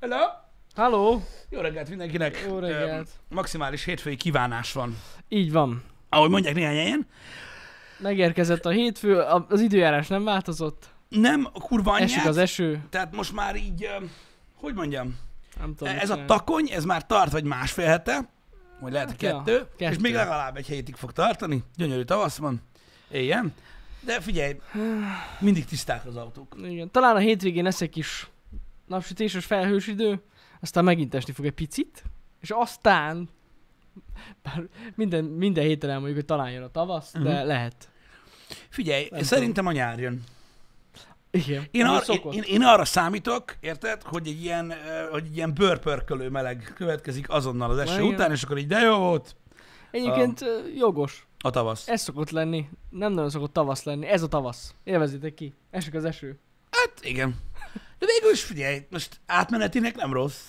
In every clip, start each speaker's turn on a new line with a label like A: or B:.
A: Hello!
B: Halló!
A: Jó reggelt mindenkinek!
B: Jó reggelt.
A: Ö, Maximális hétfői kívánás van.
B: Így van.
A: Ahogy mondják néhány helyen.
B: Megérkezett a hétfő, a- az időjárás nem változott,
A: Nem, a kurva anyját.
B: esik az e- eső,
A: Tehát most már így, ö, hogy mondjam,
B: nem tudom. mit
A: ez a
B: csinálni.
A: takony, ez már tart vagy másfél hete, vagy lehet hogy
B: Hát ja,
A: kettő, kettő, és
B: kettő.
A: még legalább egy hétig fog tartani. Gyönyörű tavasz van, éljen. De figyelj, mindig tiszták az autók.
B: Igen. Talán a hétvégén lesz egy kis napsütéses felhős idő, aztán megint esni fog egy picit, és aztán bár minden, minden héten elmondjuk, hogy talán jön a tavasz, de
A: Mhm.
B: lehet.
A: Figyelj,
B: tudom.
A: szerintem a nyár jön.
B: Igen.
A: Én,
B: Ahogy
A: ar- én,
B: szokott.
A: én, én arra számítok, érted, hogy egy ilyen, ö, hogy egy ilyen bőrpörkölő meleg következik azonnal az eső
B: Na, igen.
A: után, és akkor így de jó volt
B: Egyébként ö, jogos.
A: a tavasz.
B: Ez szokott lenni. Nem nagyon szokott tavasz lenni. Ez a tavasz. Élvezitek ki. Esik az eső.
A: Hát igen. De végül is figyelj, most átmenetinek nem rossz.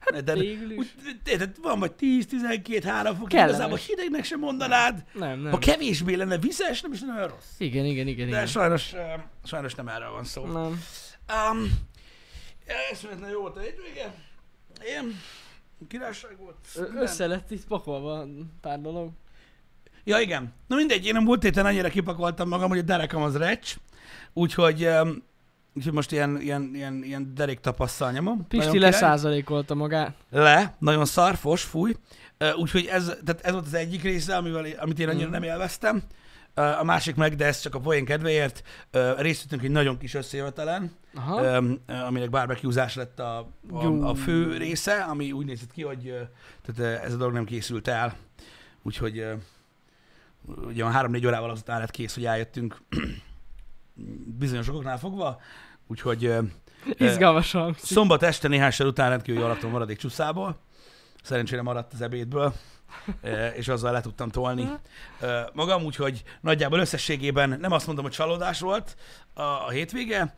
A: Hát de,
B: Végül is.
A: úgy, érted, van vagy 10, 12, 3 fok,
B: Kellemes.
A: igazából hidegnek sem mondanád.
B: Nem, nem.
A: Ha kevésbé lenne vizes, nem is nagyon rossz.
B: Igen, igen, igen,
A: De
B: igen.
A: sajnos, ö, sajnos nem erről van szó.
B: Nem.
A: Um, eszméletlen jó volt a hétvége. Én királyság volt.
B: Ö-
A: Minden.
B: Össze lett itt pakolva pár dolog.
A: Ja, igen. Na mindegy, én a múlt héten annyira kipakoltam magam, hogy a derekam az recs, úgyhogy, um, úgyhogy most ilyen, ilyen, ilyen, ilyen derék tapasszal nyomom.
B: Pisti
A: Nagyon király.
B: leszázalékolta magát.
A: Le, nagyon szarfos, fúj. Uh, úgyhogy ez, tehát ez volt az egyik része, amivel, amit én annyira
B: Mhm.
A: nem élveztem. Uh, a másik meg, de ez csak a poén kedvéért, uh, részt vettünk egy nagyon kis összejövetelen,
B: Aha.
A: um, aminek barbecuezás lett a, a, a fő része, ami úgy nézett ki, hogy ö, tehát ö, ez a dolog nem készült el. Úgyhogy ö, ugye olyan három-négy órával azután lett kész, hogy eljöttünk bizonyos okoknál fogva, úgyhogy ö,
B: Izgalmas hangzik.
A: Szombat este néhány sor után rendkívül jól laktam maradék csuszából. Szerencsére maradt az ebédből, ö, és azzal le tudtam tolni ö, magam, úgyhogy nagyjából összességében nem azt mondom, hogy csalódás volt a, a hétvége,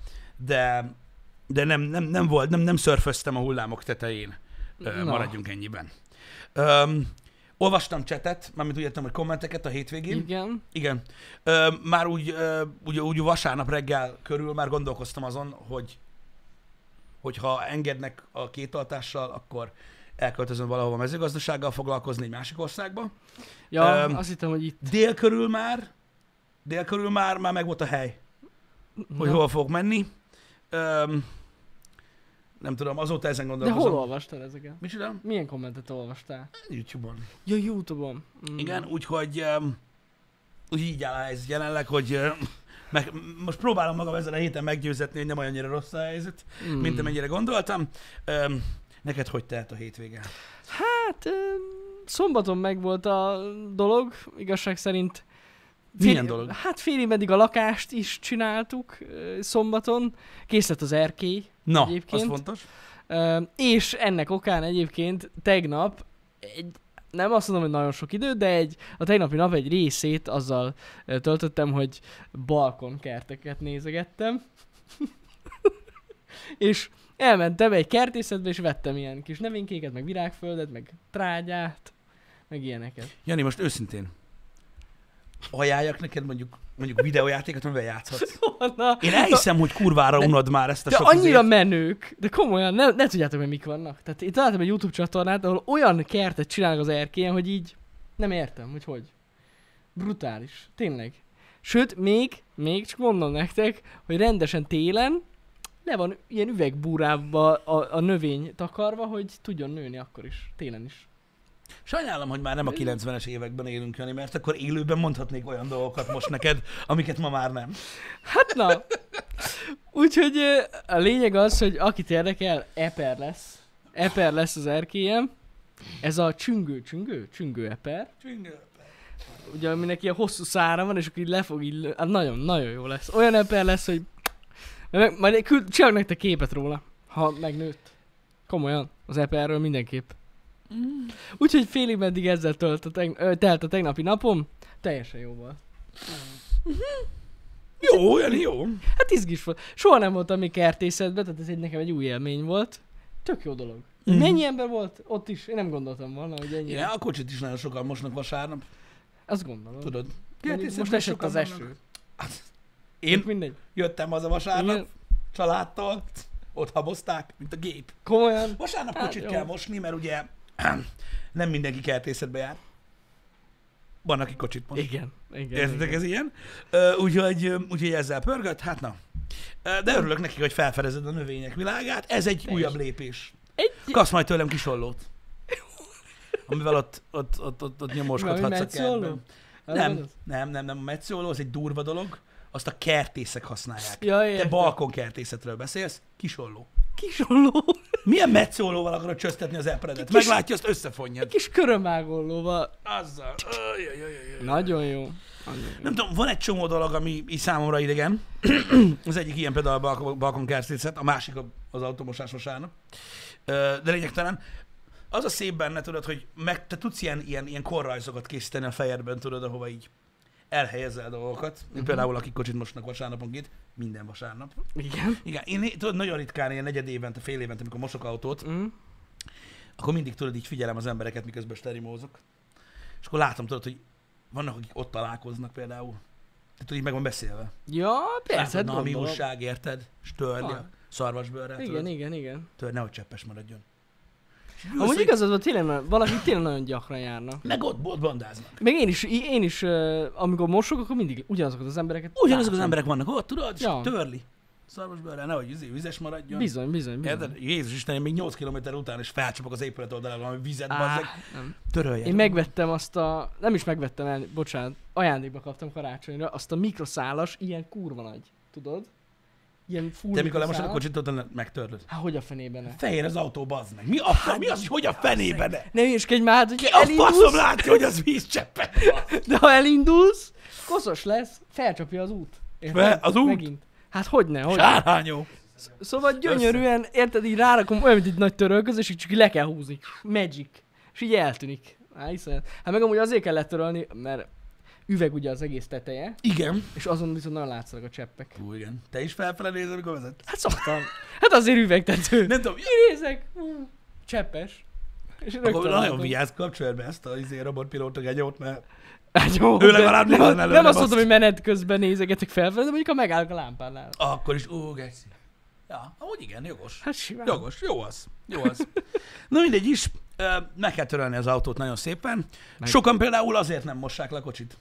A: de, de nem, nem, nem volt, nem, nem szörföztem a hullámok tetején. Ö,
B: Na.
A: Maradjunk ennyiben. Öm, olvastam csetet, mármint úgy értem, hogy kommenteket a hétvégén.
B: Igen.
A: Igen. Ö, már úgy, ö, úgy, úgy vasárnap reggel körül már gondolkoztam azon, hogy hogyha engednek a két altással, akkor elköltözöm valahova mezőgazdasággal foglalkozni egy másik országba.
B: Ja,
A: Öm,
B: azt hittem, hogy itt.
A: Dél körül már, dél körül már, már meg volt a hely, hogy
B: Na.
A: hova fogok menni. Öm, nem tudom, azóta ezen
B: De
A: gondolkozom.
B: hol olvastál ezeket?
A: Micsoda?
B: Milyen kommentet olvastál?
A: YouTube-on.
B: Ja, Youtube-on. Mm.
A: Igen, úgyhogy öm, úgy így áll a helyzet jelenleg, hogy öm, meg, most próbálom magam ezen a héten meggyőzetni, hogy nem olyan annyira rossz a helyzet,
B: Mm.
A: mint amennyire gondoltam. Öm, neked hogy telt a hétvége?
B: Hát, ö, szombaton meg volt a dolog, igazság szerint.
A: Milyen dolog?
B: Hát félig meddig a lakást is csináltuk ö, szombaton. Kész lett az erkély.
A: Na,
B: Egyébként-
A: az fontos.
B: Ö, És ennek okán egyébként tegnap egy nem azt mondom, hogy nagyon sok idő, de egy, a tegnapi nap egy részét azzal ö, töltöttem, hogy balkonkerteket nézegettem. és elmentem egy kertészetbe, és vettem ilyen kis növénykéket, meg virágföldet, meg trágyát, meg ilyeneket.
A: Jani, most őszintén, ajánljak neked mondjuk, mondjuk videójátékot, amivel játszhatsz.
B: Na,
A: Én elhiszem, hogy kurvára unod már ezt a
B: de
A: sok
B: annyira
A: izét.
B: menők, de komolyan, ne, ne tudjátok, hogy mik vannak. Tehát én találtam egy YouTube csatornát, ahol olyan kertet csinálnak az erkélyen, hogy így nem értem, hogy hogy. Brutális, tényleg. Sőt, még, még csak mondom nektek, hogy rendesen télen le van ilyen üvegbúrába a, a növény takarva, hogy tudjon nőni akkor is, télen is.
A: Sajnálom, hogy már nem a 90-es években élünk, Jani, mert akkor élőben mondhatnék olyan dolgokat most neked, amiket ma már nem.
B: Hát na. Úgyhogy ö, a lényeg az, hogy akit érdekel, eper lesz. Eper lesz az erkélyem. Ez a csüngő, csüngő, csüngő eper. Ugye, aminek ilyen hosszú szára van, és akkor így le fog így... lő- Hát nagyon, nagyon jó lesz. Olyan eper lesz, hogy... Meg, majd küld, csinálok nektek képet róla, ha megnőtt. Komolyan, az eperről mindenképp. Úgyhogy félig meddig ezzel tölt a teg- ö, telt a tegnapi napom. Teljesen jó volt.
A: Jó, Jani, jó.
B: Hát izgis volt. Soha nem voltam még kertészetben, tehát ez egy, nekem egy új élmény volt. Tök jó dolog.
A: Mhm.
B: Mm. Mennyi ember volt ott is? Én nem gondoltam volna, hogy ennyire.
A: Igen, a kocsit is nagyon sokan mosnak vasárnap,
B: Azt gondolom.
A: tudod.
B: Mondjuk most
A: Kertészetben
B: esett
A: sokan
B: az
A: vannak. Hát,
B: eső.
A: Én
B: Tök mindegy.
A: jöttem haza vasárnap,
B: Igen.
A: családtal, ott habozták, mint a gép.
B: Komolyan?
A: Vasárnap
B: Hát,
A: kocsit
B: jó.
A: kell mosni, mert ugye nem mindenki kertészetbe jár. Van, aki kocsit mos.
B: Igen, igen.
A: Értitek,
B: igen.
A: ez ilyen? Ö, Úgyhogy, ö, úgyhogy ezzel pörgött, hát na. Ö, De örülök neki, hogy felfedezed a növények világát. Ez egy
B: Teljes.
A: újabb lépés.
B: Egy...
A: Kapsz majd tőlem kisollót. Amivel ott, ott, ott, ott, ott nyomoskodhatsz a
B: Valami metszóló?
A: kertben. Nem, nem, nem, nem. A metszóló az egy durva dolog. Azt a kertészek használják.
B: Ja,
A: Te
B: értem.
A: balkon kertészetről beszélsz, kisolló.
B: Kisolló.
A: Milyen metszólóval akarod csöztetni az epredet?
B: Kis-
A: Meglátja, azt összefonjad.
B: Kis körömágollóval.
A: Azzal. Ajajajajaj.
B: Nagyon jó. Nagyon jó.
A: Nem tudom, van egy csomó dolog, ami így számomra idegen. az egyik ilyen például a balkon, balkon kertészet, a másik a- az automosás vasárnap. Ö, De lényegtelen. Az a szép benne, tudod, hogy meg, te tudsz ilyen, ilyen, ilyen korrajzokat készíteni a fejedben, tudod, ahova így elhelyezel dolgokat. Mint uh-huh. például, akik kocsit mosnak vasárnaponként, minden vasárnap.
B: Igen.
A: Igen, én tudod, nagyon ritkán, ilyen negyed évente, fél évente, amikor mosok autót,
B: Mm.
A: akkor mindig tudod, így figyelem az embereket, miközben sterimózok. És akkor látom, tudod, hogy vannak, akik ott találkoznak például. Tehát, hogy így meg van beszélve.
B: Ja, persze, hát
A: Na, ami
B: gondolom.
A: újság, érted? Störlje,
B: Van.
A: szarvasbőrrel,
B: Igen,
A: tudod?
B: igen, igen.
A: Tör, nehogy cseppes maradjon. És ülsz,
B: Amúgy
A: hogy
B: igazad van, tényleg, nagyon- valaki tényleg nagyon gyakran járnak.
A: Meg ott, ott bandáznak.
B: Meg én is, í- én is, ö, amikor mosok, akkor mindig ugyanazokat az embereket.
A: Ugyanazok az
B: látom.
A: emberek vannak ott, tudod? És
B: Ja.
A: törli. Szarvasbőrrel, nehogy izé, vizes maradjon.
B: Bizony, bizony, bizony.
A: Érted? Jézus Isten, én még 8 km után is felcsapok az épület oldalára, ami vizet,
B: Á,
A: bazzeg.
B: nem.
A: Törölje.
B: Én megvettem azt a, nem is megvettem el, bocsánat, ajándékba kaptam karácsonyra, azt a mikroszálas, ilyen kurva nagy, tudod? Ilyen full
A: Te mikor lemosod a
B: mikroszálas.
A: kocsit, ott megtörlöd.
B: Hát hogy a fenében ne?
A: Fehér az autó, bazd meg. Mi, a, mi az, hogy hogy a fenébe ne?
B: Ne hülyeskedj már, hát, hogyha
A: Ki a faszom
B: elindulsz,
A: látja, hogy az vízcseppet?
B: de ha elindulsz, koszos lesz, felcsapja az út.
A: Fe-
B: Érted?
A: az út?
B: Megint. Hát hogy ne, hogy
A: Sárhányó.
B: Szóval gyönyörűen, érted, így rárakom olyan, mint egy nagy törölköz, és így csak így le kell húzni. Magic. És így eltűnik. Hát hiszen. Hát meg amúgy azért kell letörölni, mert üveg ugye az egész teteje,
A: Igen.
B: és azon viszont nagyon látszanak a cseppek.
A: Ú, igen. Te is felfele nézel, amikor vezet?
B: Hát szoktam. Hát azért üvegtető.
A: Nem tudom,
B: Kinézek. hú, Cseppes. És
A: Akkor nagyon
B: látom.
A: vigyázz, kapcsolj be ezt a izé, robotpilóta genyót, mert
B: Hát jó,
A: Ő
B: de
A: legalább
B: nem,
A: nézzen
B: nem,
A: előre,
B: nem azt
A: basszus.
B: mondom, hogy menet közben nézegetek felfelé, de mondjuk ha megállok a lámpánál.
A: akkor is, ó, geci. Ja, amúgy igen, jogos.
B: Hát simán.
A: Jogos, jó az. Jó az. Na mindegy is, ö, meg kell törölni az autót nagyon szépen.
B: Meg-
A: Sokan például azért nem mossák le a kocsit.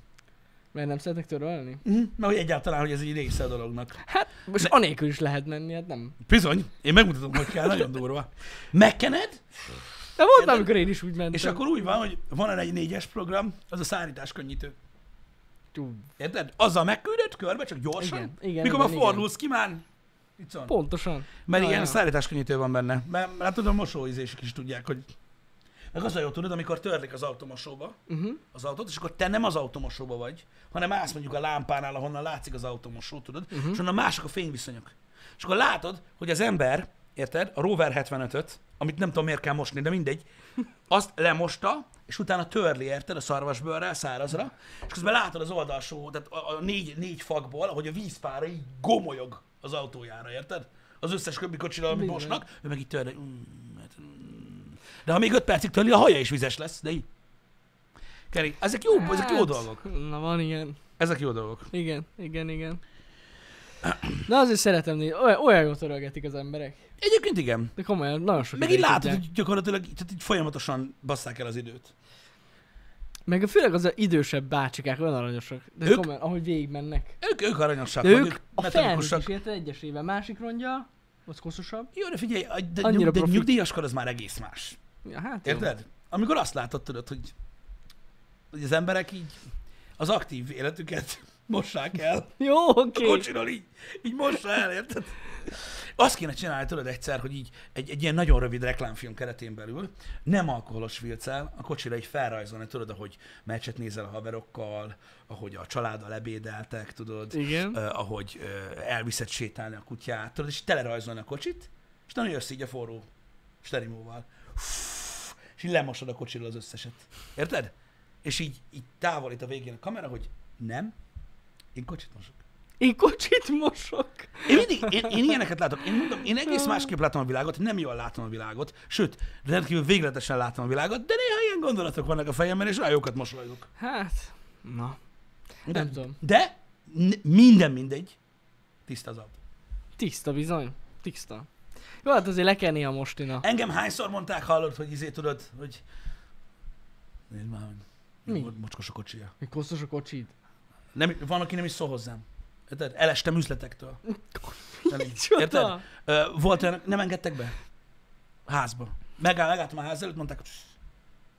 B: Mert nem szeretek törölni?
A: Mhm, Mert hogy egyáltalán, hogy ez így része a dolognak.
B: Hát most anélkül is lehet menni, hát nem.
A: Bizony, én megmutatom, hogy kell, nagyon durva. Megkened,
B: De volt,
A: Érted?
B: már, amikor én is úgy mentem.
A: és akkor úgy van, hogy van erre egy négyes program, az a szárítás könnyítő.
B: Ú,
A: Érted? Azzal megküldött körbe, csak gyorsan.
B: Igen, igen,
A: Mikor
B: igen,
A: már
B: igen.
A: fordulsz ki, már itt van.
B: Pontosan.
A: Mert
B: Ja,
A: ilyen
B: ja.
A: szállításkönnyítő van benne. Mert hát tudom, mosóizések is tudják, hogy... Meg az a jó, tudod, amikor törlik az automosóba
B: Uh-huh.
A: az autót, és akkor te nem az automosóba vagy, hanem állsz mondjuk a lámpánál, ahonnan látszik az automosó, tudod, uh-huh. és onnan mások a fényviszonyok. És akkor látod, hogy az ember, érted, a Rover 75-öt, amit nem tudom miért kell mosni, de mindegy, azt lemosta, és utána törli, érted, a szarvasbőrrel, szárazra, és közben látod az oldalsó, tehát a, a négy, négy fakból, ahogy a vízpára így gomolyog az autójára, érted? Az összes köbbi kocsira, amit
B: Bizony.
A: mosnak, ő meg így törli. Mm, hát, mm. De ha még öt percig törli, a haja is vizes lesz, de így. Keri, ezek jó, ezek jó dolgok.
B: Hát, Na van ilyen.
A: Ezek jó dolgok.
B: Igen, igen, igen. Na azért szeretem nézni. Olyan, olyan jól törölgetik az emberek.
A: Egyébként igen.
B: De komolyan, nagyon sok
A: Meg így
B: ideig
A: látod,
B: tudják.
A: hogy gyakorlatilag tehát így folyamatosan basszák el az időt.
B: Meg főleg az idősebb bácsikák olyan aranyosak. De
A: Ők-
B: ők... komolyan, ahogy végigmennek.
A: Ők, ők aranyosak,
B: De
A: vagy
B: ők
A: ők
B: a felnőtt
A: metalikusak.
B: is érted egyesével. Másik rongya, az koszosabb.
A: Jó, de figyelj, a- de,
B: Annyira
A: nyug, de
B: profi.
A: nyugdíjaskor az már egész más.
B: Ja, hát jó.
A: Érted? Amikor azt látod, tudod, hogy, hogy az emberek így az aktív életüket mossák el.
B: Jó,
A: A
B: oké. Okay.
A: kocsiról így, így mossa el, érted? Azt kéne csinálni, tudod egyszer, hogy így egy, egy ilyen nagyon rövid reklámfilm keretén belül nem alkoholos filccel a kocsira így felrajzolni, tudod, ahogy meccset nézel a haverokkal, ahogy a családdal ebédeltek, tudod,
B: Igen.
A: eh, ahogy eh, elviszed sétálni a kutyát, tudod, és telerajzolni a kocsit, és nagyon jössz így a forró sterimóval. Fú, És így lemosod a kocsiról az összeset. Érted? És így, így távolít a végén a kamera, hogy nem, én kocsit mosok.
B: Én kocsit mosok.
A: Én mindig, én, én ilyeneket látok. Én mondom, én egész másképp látom a világot, nem jól látom a világot, sőt, rendkívül végletesen látom a világot, de néha ilyen gondolatok vannak a fejemben, és olyan jókat mosolygok.
B: Hát, na.
A: De,
B: Nem tudom.
A: De n- minden mindegy, tiszta az autó.
B: Tiszta bizony. Tiszta. Jó, hát azért le kell néha mostina.
A: Engem hányszor mondták, hallod, hogy izé tudod, hogy... Nézd már, hogy
B: Mi?
A: mo- mocskos a kocsia.
B: Mi kosztos a kocsid?
A: Nem, van, aki nem is szól hozzám. Érted? Elestem üzletektől. Elég. Érted?
B: Csoda!
A: Ö, volt olyan, nem engedtek be? Házba. Megáll, megálltam a ház előtt, mondták, hogy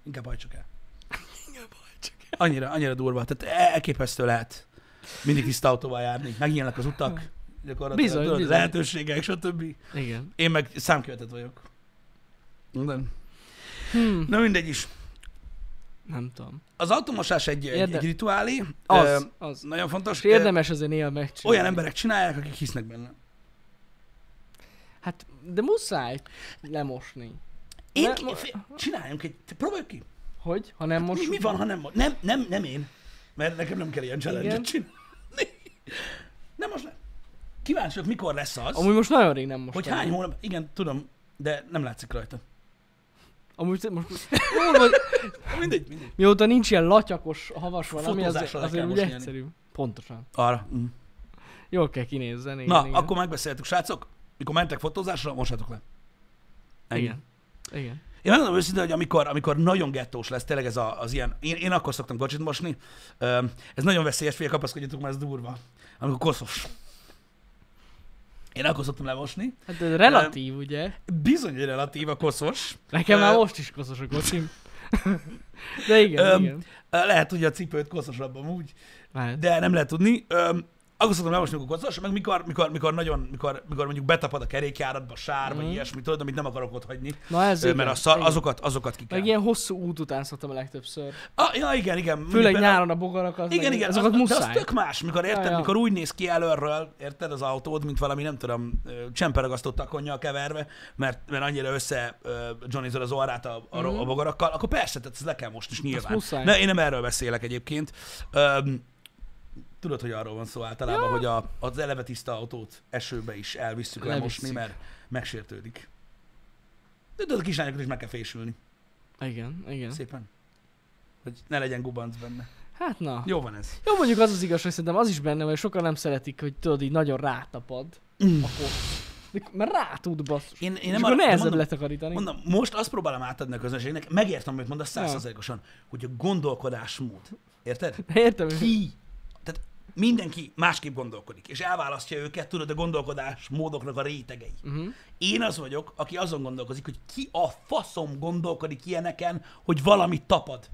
A: inkább hajtsuk el. Annyira, annyira durva. Tehát el- elképesztő lehet mindig tiszta autóval járni. Megnyílnak az utak, gyakorlatilag
B: Bizony,
A: tudod,
B: bizony.
A: lehetőségek, stb.
B: Igen.
A: Én meg számkövetett vagyok. Nem.
B: Hm,
A: Na mindegy is.
B: nem tudom.
A: Az automosás egy, egy,
B: Érde-
A: egy rituálé.
B: Az,
A: Ö,
B: az.
A: nagyon fontos.
B: És érdemes azért néha
A: Ö,
B: megcsinálni.
A: Olyan emberek csinálják, akik hisznek benne.
B: Hát, de muszáj lemosni.
A: Én
B: Ne-
A: ki,
B: mo-
A: fi- csináljunk egy, te próbáljuk ki.
B: Hogy? Ha nem
A: Most
B: most...
A: Hát, mi, mi van, ha nem, nem, nem, nem én. Mert nekem nem kell ilyen challenge-et
B: Igen.
A: csinálni. Nem most nem. Kíváncsi vagyok, mikor lesz az, Amúgy
B: Amúgy most nagyon rég nem most.
A: hogy hány hónap, igen, tudom, de nem látszik rajta.
B: Amúgy te- most... Jól vagy...
A: Mindegy, mindegy.
B: Mióta nincs ilyen latyakos havas valami,
A: Fotózással
B: azért,
A: le kell
B: azért úgy
A: mosni,
B: egyszerű. Pontosan.
A: Arra. Mm.
B: Jól kell kinézzen. Igen,
A: Na,
B: igen.
A: akkor megbeszéltük, srácok. Mikor mentek fotózásra, mosatok le. Ennyi.
B: Igen. Igen.
A: Én megmondom őszintén, hogy amikor, amikor nagyon gettós lesz tényleg ez a, az ilyen, én, én akkor szoktam kocsit mosni, Ö, ez nagyon veszélyes, fél kapaszkodjatok, mert ez durva, amikor koszos. Én akkor szoktam lemosni.
B: Hát de relatív, ugye?
A: Bizony, hogy relatív a koszos.
B: Nekem már
A: Ö,
B: most is koszos a kocsim. De igen,
A: Öm,
B: igen.
A: Ö, Lehet, hogy a cipőt koszosabb amúgy,
B: Lehet.
A: de nem lehet tudni. Ö, Akkor szoktam lemosni, amikor koszos, meg mikor, mikor, mikor nagyon, mikor, mikor mondjuk betapad a kerékjáratba sár, mm. vagy
B: Mhm.
A: ilyesmi, tudod, amit nem akarok ott hagyni,
B: Na ez
A: Ö,
B: igen.
A: mert a szar,
B: igen.
A: azokat, azokat ki kell.
B: Meg ilyen hosszú út után szoktam a legtöbbször.
A: Ah, ja, igen, igen. mondjuk
B: Főleg
A: például-
B: nyáron a bogarakat.
A: Igen,
B: meg-
A: igen,
B: Azokat
A: az, De
B: muszáj.
A: az tök más, mikor érted,
B: Ja,
A: ja,
B: ja.
A: mikor úgy néz ki előről, érted az autód, mint valami, nem tudom, ö, csemperagasztott takonnyal keverve, mert, mert annyira össze johnny az orrát a, a, mm.
B: Mhm.
A: a bogarakkal, akkor persze, tehát ez le kell most is nyilván.
B: muszáj.
A: Ne, én nem erről beszélek egyébként. Öm, tudod, hogy arról van szó általában, ja. hogy a, az eleve tiszta autót esőbe is elvisszük
B: Levisszük.
A: lemosni, mert megsértődik. De tudod, a kislányokat is meg kell fésülni.
B: Igen, igen.
A: Szépen. Hogy ne legyen gubanc benne.
B: Hát na.
A: Jó van ez.
B: Jó, mondjuk az az igazság, szerintem az is benne, hogy sokan nem szeretik, hogy tudod, így nagyon rátapad a kosz. De- Mert rá tud basszus.
A: Én, én
B: És
A: nem
B: akkor
A: arra-
B: nehezebb
A: mondom,
B: letakarítani.
A: Mondom, most azt próbálom átadni a közönségnek, megértem, amit mondasz
B: Ja.
A: százszerzelékosan, hogy a gondolkodásmód, érted?
B: Értem, hogy
A: Ki? Tehát mindenki másképp gondolkodik, és elválasztja őket, tudod, a gondolkodásmódoknak a rétegei.
B: Mhm.
A: Én az vagyok, aki azon gondolkozik, hogy ki a faszom gondolkodik ilyeneken, hogy valami tapad.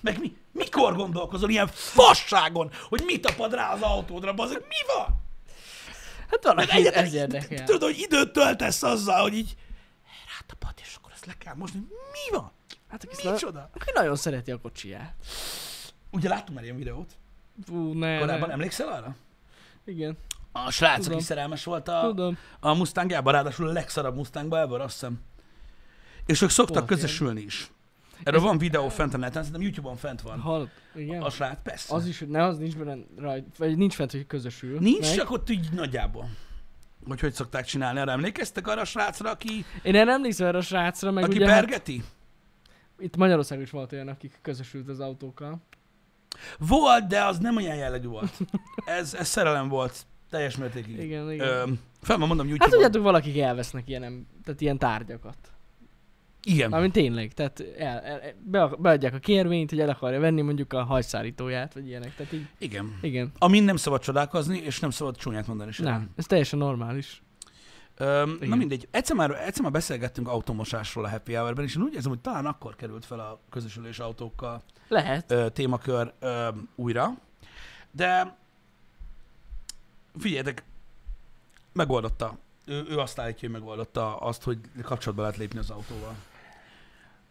A: Meg mi? Mikor gondolkozol ilyen fasságon, hogy mi tapad rá az autódra, bazeg? Mi van?
B: Hát van,
A: Meg
B: aki
A: egyetlen,
B: ez érdekel.
A: Tudod, hogy időt töltesz azzal, hogy így rátapad, és akkor ezt le kell mosni. Mi van?
B: Hát aki, na-
A: Micsoda?
B: aki nagyon szereti a kocsiját.
A: Ugye láttunk már ilyen videót?
B: Fú, ne,
A: Korábban
B: ne.
A: emlékszel arra?
B: Igen,
A: A srác,
B: Tudom.
A: aki szerelmes volt a,
B: tudom.
A: a Mustangjába, ráadásul a legszarabb Mustangba ever, azt hiszem. És ők szoktak
B: Volt ilyen.
A: közösülni is. Erről van videó fent a neten, szerintem YouTube-on fent van.
B: Hallott? Igen.
A: A srác, persze.
B: Az is, hogy ne, az nincs benne rajt, vagy nincs fent, hogy közösül.
A: Nincs,
B: meg.
A: csak ott így nagyjából. Hogy hogy szokták csinálni, arra emlékeztek arra a srácra, aki,
B: Én erre emlékszem erre a srácra, meg
A: aki
B: ugye hát,
A: bergeti?
B: itt Magyarországon is volt olyan, akik közösült az autókkal.
A: Volt, de az nem olyan jellegű volt. Ez, ez szerelem volt, teljes mértékig.
B: Igen, igen.
A: Ö, fel van mondom
B: hát
A: YouTube-on.
B: tudjátok, valakik elvesznek ilyen, em- tehát ilyen tárgyakat.
A: Igen.
B: Mármint tényleg, tehát el, el, be, beadják a kérvényt, hogy el akarja venni mondjuk a hajszárítóját, vagy ilyenek. Tehát így,
A: Igen.
B: igen.
A: Amin nem szabad csodálkozni, és nem szabad csúnyát mondani sem.
B: Nem, ez teljesen normális.
A: Öm, na
B: Igen.
A: mindegy, egyszer már, egyszer már beszélgettünk automosásról a Happy Hour-ben, és én úgy érzem, hogy talán akkor került fel a közösülés autókkal
B: Lehet.
A: ö, témakör ö, újra. De figyeljetek, megoldotta. Ő, ő azt állítja, hogy megoldotta azt, hogy kapcsolatba lehet lépni az autóval.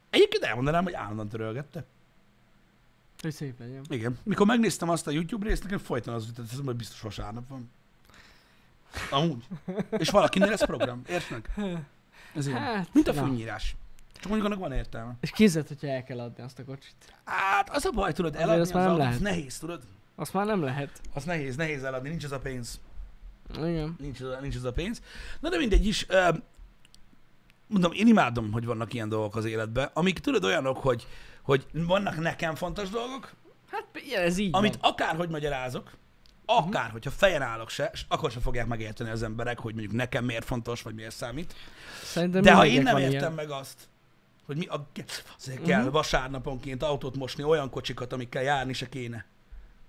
A: Egyébként elmondanám, hogy állandóan törölgette.
B: Hogy szép legyen.
A: Igen. Mikor megnéztem azt a YouTube részt, nekem folyton az jutott, eszembe, hogy biztos vasárnap van. Amúgy. És valakinél ez program. Értsd meg? Ez ilyen.
B: Hát,
A: Mint a
B: na.
A: fűnyírás. Csak mondjuk annak van értelme.
B: És képzeld, hogyha el kell adni azt a kocsit.
A: Hát az a baj, tudod,
B: Azért
A: eladni az,
B: azt már nem
A: autót, az
B: lehet.
A: nehéz, tudod?
B: Azt már nem lehet.
A: Az nehéz, nehéz eladni, nincs az a pénz.
B: Igen.
A: Nincs az a, nincs az a pénz. Na de mindegy is. ö, Mondom, én imádom, hogy vannak ilyen dolgok az életben, amik tudod olyanok, hogy, hogy vannak nekem fontos dolgok,
B: Hát igen, ez így
A: amit
B: van.
A: akárhogy magyarázok, akár, hogyha fejen állok se, s akkor se fogják megérteni az emberek, hogy mondjuk nekem miért fontos, vagy miért számít.
B: Szerintem
A: De ha én
B: mindegyek
A: nem
B: van
A: értem
B: ilyen. Mhm.
A: meg azt, hogy mi a ge- azért kell vasárnaponként autót mosni, olyan kocsikat, amikkel járni se kéne.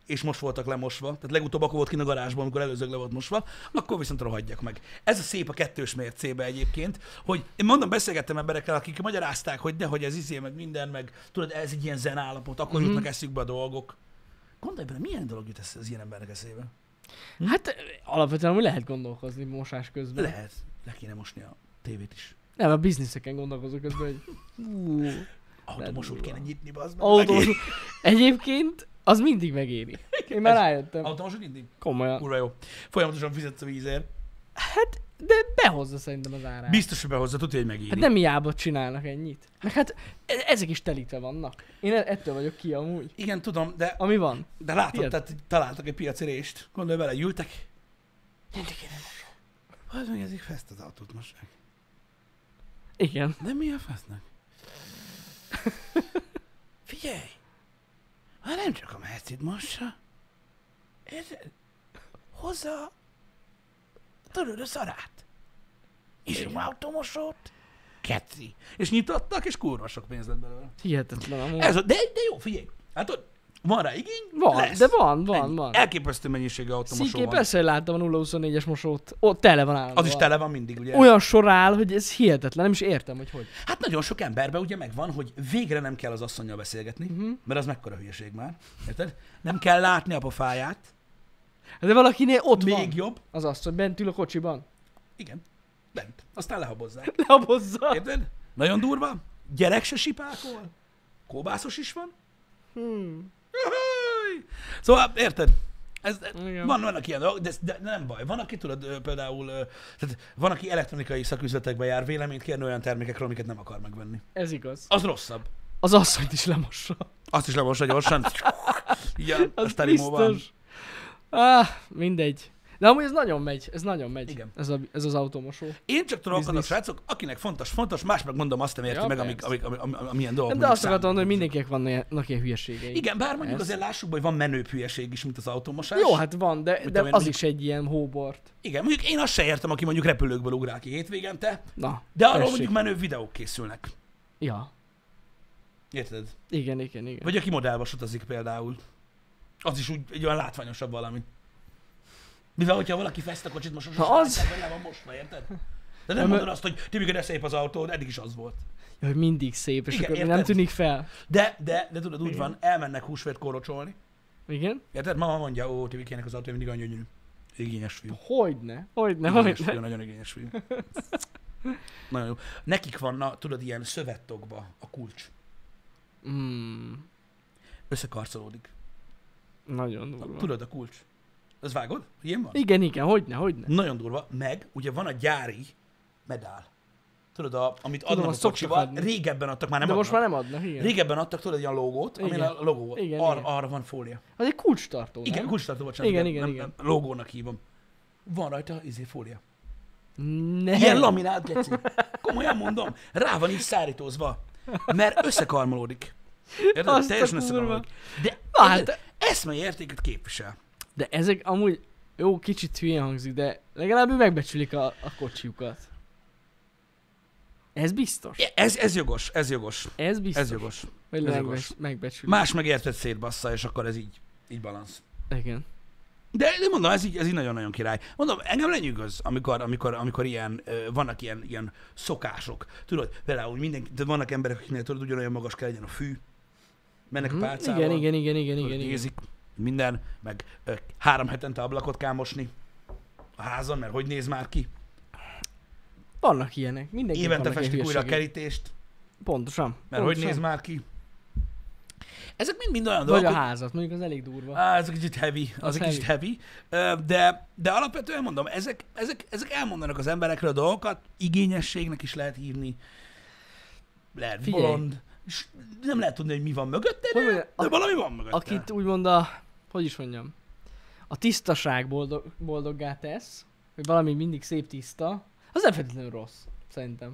A: És most voltak lemosva, tehát legutóbb akkor volt kint a garázsban, amikor előzőleg le volt mosva, akkor viszont rohadjak meg. Ez a szép a kettős mércébe egyébként, hogy én mondom, beszélgettem emberekkel, akik magyarázták, hogy de, hogy ez izé, meg minden, meg tudod, ez egy ilyen zen állapot, akkor
B: Mhm.
A: jutnak eszükbe a dolgok. Gondolj bele, milyen dolog jut esz- az ilyen embernek eszébe?
B: Hát alapvetően úgy lehet gondolkozni mosás közben.
A: Lehet, le kéne mosni a tévét is.
B: Nem, a bizniszeken gondolkozok közben, hogy ú,
A: Automosót kéne nyitni, bazd meg.
B: autós. Egyébként az mindig megéri. Én már rájöttem.
A: Automosót nyitni?
B: Komolyan. Hát,
A: Kurva jó. Folyamatosan fizetsz a vízért.
B: De behozza szerintem az árát.
A: Biztos, hogy behozza, tudja, hogy megéri.
B: Hát nem hiába csinálnak ennyit. Meg hát e- ezek is telítve vannak. Én e- ettől vagyok ki amúgy.
A: Igen, tudom, de,
B: Ami van?
A: de látod,
B: Ilyet?
A: tehát hogy találtak egy piacérést. Gondolj bele, ültek. Mindig én nem Az meg ezek fest az autót mosság.
B: Igen.
A: De mi a fesznek? Figyelj! Hát nem csak a mercid mossa. Érted? Hozza tudod a szarát. És a automosót. Keci. És nyitottak, és kurva sok pénz lett belőle.
B: Hihetetlen amúgy.
A: Ez a, de, de jó, figyelj. Hát ott van rá igény,
B: Van,
A: lesz.
B: de van, van,
A: Ennyi.
B: van.
A: Elképesztő mennyiségű automosó
B: Szíké,
A: van.
B: persze, hogy láttam a 024-es mosót. Ott tele van állandóan.
A: Az is tele van mindig, ugye?
B: Olyan sor áll, hogy ez hihetetlen, nem is értem, hogy hogy.
A: Hát nagyon sok emberben ugye megvan, hogy végre nem kell az asszonynal beszélgetni,
B: Mhm.
A: uh-huh. mert az mekkora hülyeség már, érted? Nem kell látni a pofáját,
B: De valakinél ott
A: még
B: van.
A: jobb,
B: Az azt, hogy bent ül a kocsiban.
A: igen, bent, aztán lehabozzák,
B: Labozza.
A: érted? Nagyon durva, gyerek se sipákol, kóbászos is van.
B: Hmm.
A: Juhuj! Szóval, érted? Ez,
B: Igen.
A: van, vannak ilyen dolgok, de, ez- de nem baj. Van, aki tudod, ö, például, ö, tehát van, aki elektronikai szaküzletekbe jár véleményt kérni olyan termékekről, amiket nem akar megvenni.
B: Ez igaz.
A: Az rosszabb.
B: Az asszonyt is lemossa.
A: Azt is lemossa gyorsan. Igen,
B: Az biztos. Ah, mindegy. De amúgy ez nagyon megy, ez nagyon megy.
A: Igen.
B: Ez, a, ez az automosó.
A: Én csak tudom akarni,
B: Biznisz.
A: srácok, akinek fontos, fontos, más meg mondom, azt nem érti
B: Ja,
A: meg, amik,
B: persze.
A: amik, amik, amik, amilyen dolgok.
B: Nem, de azt
A: mondjuk
B: akartam mondani, hogy
A: számít.
B: mindenkinek vannak ilyen, vannak ilyen hülyeségei.
A: Igen, bár mondjuk
B: Ez.
A: azért lássuk, be, hogy van menőbb hülyeség is, mint az automosás.
B: Jó, hát van, de,
A: Mit
B: de
A: tudom én,
B: az
A: mondjuk-
B: is egy ilyen hóbort.
A: Igen, mondjuk én azt se értem, aki mondjuk repülőkből ugrál ki hétvégente,
B: Na,
A: de arról
B: tessék.
A: mondjuk menő videók készülnek.
B: Ja.
A: Érted?
B: Igen, igen, igen.
A: Vagy aki modellvas utazik például. Az is úgy egy olyan látványosabb valami. Mivel, hogyha valaki feszt a kocsit, most
B: Ha
A: sosem
B: az-
A: látták, hogy le van mosva, érted? De
B: mert-
A: nem mondod azt, hogy Tibi, de szép az autó, eddig is az volt.
B: Ja, hogy mindig szép, és
A: Igen,
B: akkor
A: érted?
B: nem tűnik fel.
A: De, de, de tudod, úgy
B: Igen.
A: van, elmennek húsvét korocsolni.
B: Igen?
A: Érted? Mama mondja, ó, Tibikének az autó mindig olyan gyönyörű. Igényes fiú.
B: Hogyne, hogyne,
A: Igényes fiú,
B: hogyne.
A: nagyon igényes fiú. Nagyon jó. Nekik van, na, tudod, ilyen szövettokba a kulcs.
B: Mm,
A: Összekarcolódik.
B: nagyon
A: Na,
B: durva.
A: Tudod, a kulcs. Ez vágod? Ilyen van?
B: Igen, igen, hogyne, hogyne.
A: Nagyon durva. Meg, ugye van a gyári medál. Tudod, a, amit
B: Tudom,
A: adnak
B: azt
A: a
B: szoktak
A: kocsival,
B: adni.
A: régebben adtak, már nem
B: de
A: adnak.
B: most már nem adnak, igen.
A: Régebben adtak, tudod, egy ilyen logót, amin
B: Igen.
A: a logó volt.
B: Igen,
A: Ar,
B: igen.
A: arra van fólia.
B: Az egy kulcstartó, nem?
A: Igen, kulcstartó, bocsánat.
B: Igen, igen,
A: nem, nem, logónak hívom. Van rajta izé fólia.
B: Ne.
A: Ilyen laminált geci. Komolyan mondom, rá van így szárítózva. Mert összekarmolódik. Érted?
B: Azt a
A: Teljesen
B: kurva.
A: összekarmolódik. De
B: Na
A: hát,
B: hát-
A: eszmei értéket képvisel.
B: De ezek amúgy jó, kicsit hülyén hangzik, de legalább ő megbecsülik a, a kocsiukat. Ez biztos.
A: Ez, ez jogos, ez jogos.
B: Ez biztos.
A: Ez jogos.
B: Hogy
A: ez
B: megbe-
A: jogos.
B: megbecsülik.
A: Más megérted szétbassza, és akkor ez így, így balansz.
B: Igen.
A: De, de mondom, ez így, ez így nagyon-nagyon király. Mondom, engem lenyűgöz, amikor, amikor, amikor ilyen, ö, vannak ilyen, ilyen szokások. Tudod, például mindenki, de vannak emberek, akiknél tudod, ugyanolyan magas kell legyen a fű, mennek a
B: Mhm.
A: pálcával.
B: igen, igen, igen, igen,
A: Tudod,
B: igen, igen.
A: nézik, minden, meg ö, három hetente ablakot kell mosni a házon, mert hogy néz már ki.
B: Vannak ilyenek. Mindenki
A: Évente festik újra a kerítést,
B: Pontosan.
A: mert
B: Pontosan.
A: hogy néz már ki. Ezek mind-mind olyan
B: Vagy
A: dolgok,
B: a
A: hogy-
B: házat, mondjuk az elég durva.
A: Á, ez egy kicsit heavy, az,
B: Az
A: egy kicsit heavy, Ö, de, de alapvetően mondom, ezek, ezek, ezek elmondanak az emberekről a dolgokat, igényességnek is lehet hívni, lehet
B: Figyelj.
A: bolond, és nem lehet tudni, hogy mi van mögötte,
B: Hogy
A: de,
B: mondjam,
A: de
B: a-
A: valami van mögötte.
B: akit úgymond a, hogy is mondjam, a tisztaság boldog, boldoggá tesz, hogy valami mindig szép tiszta, az nem feltétlenül rossz, szerintem.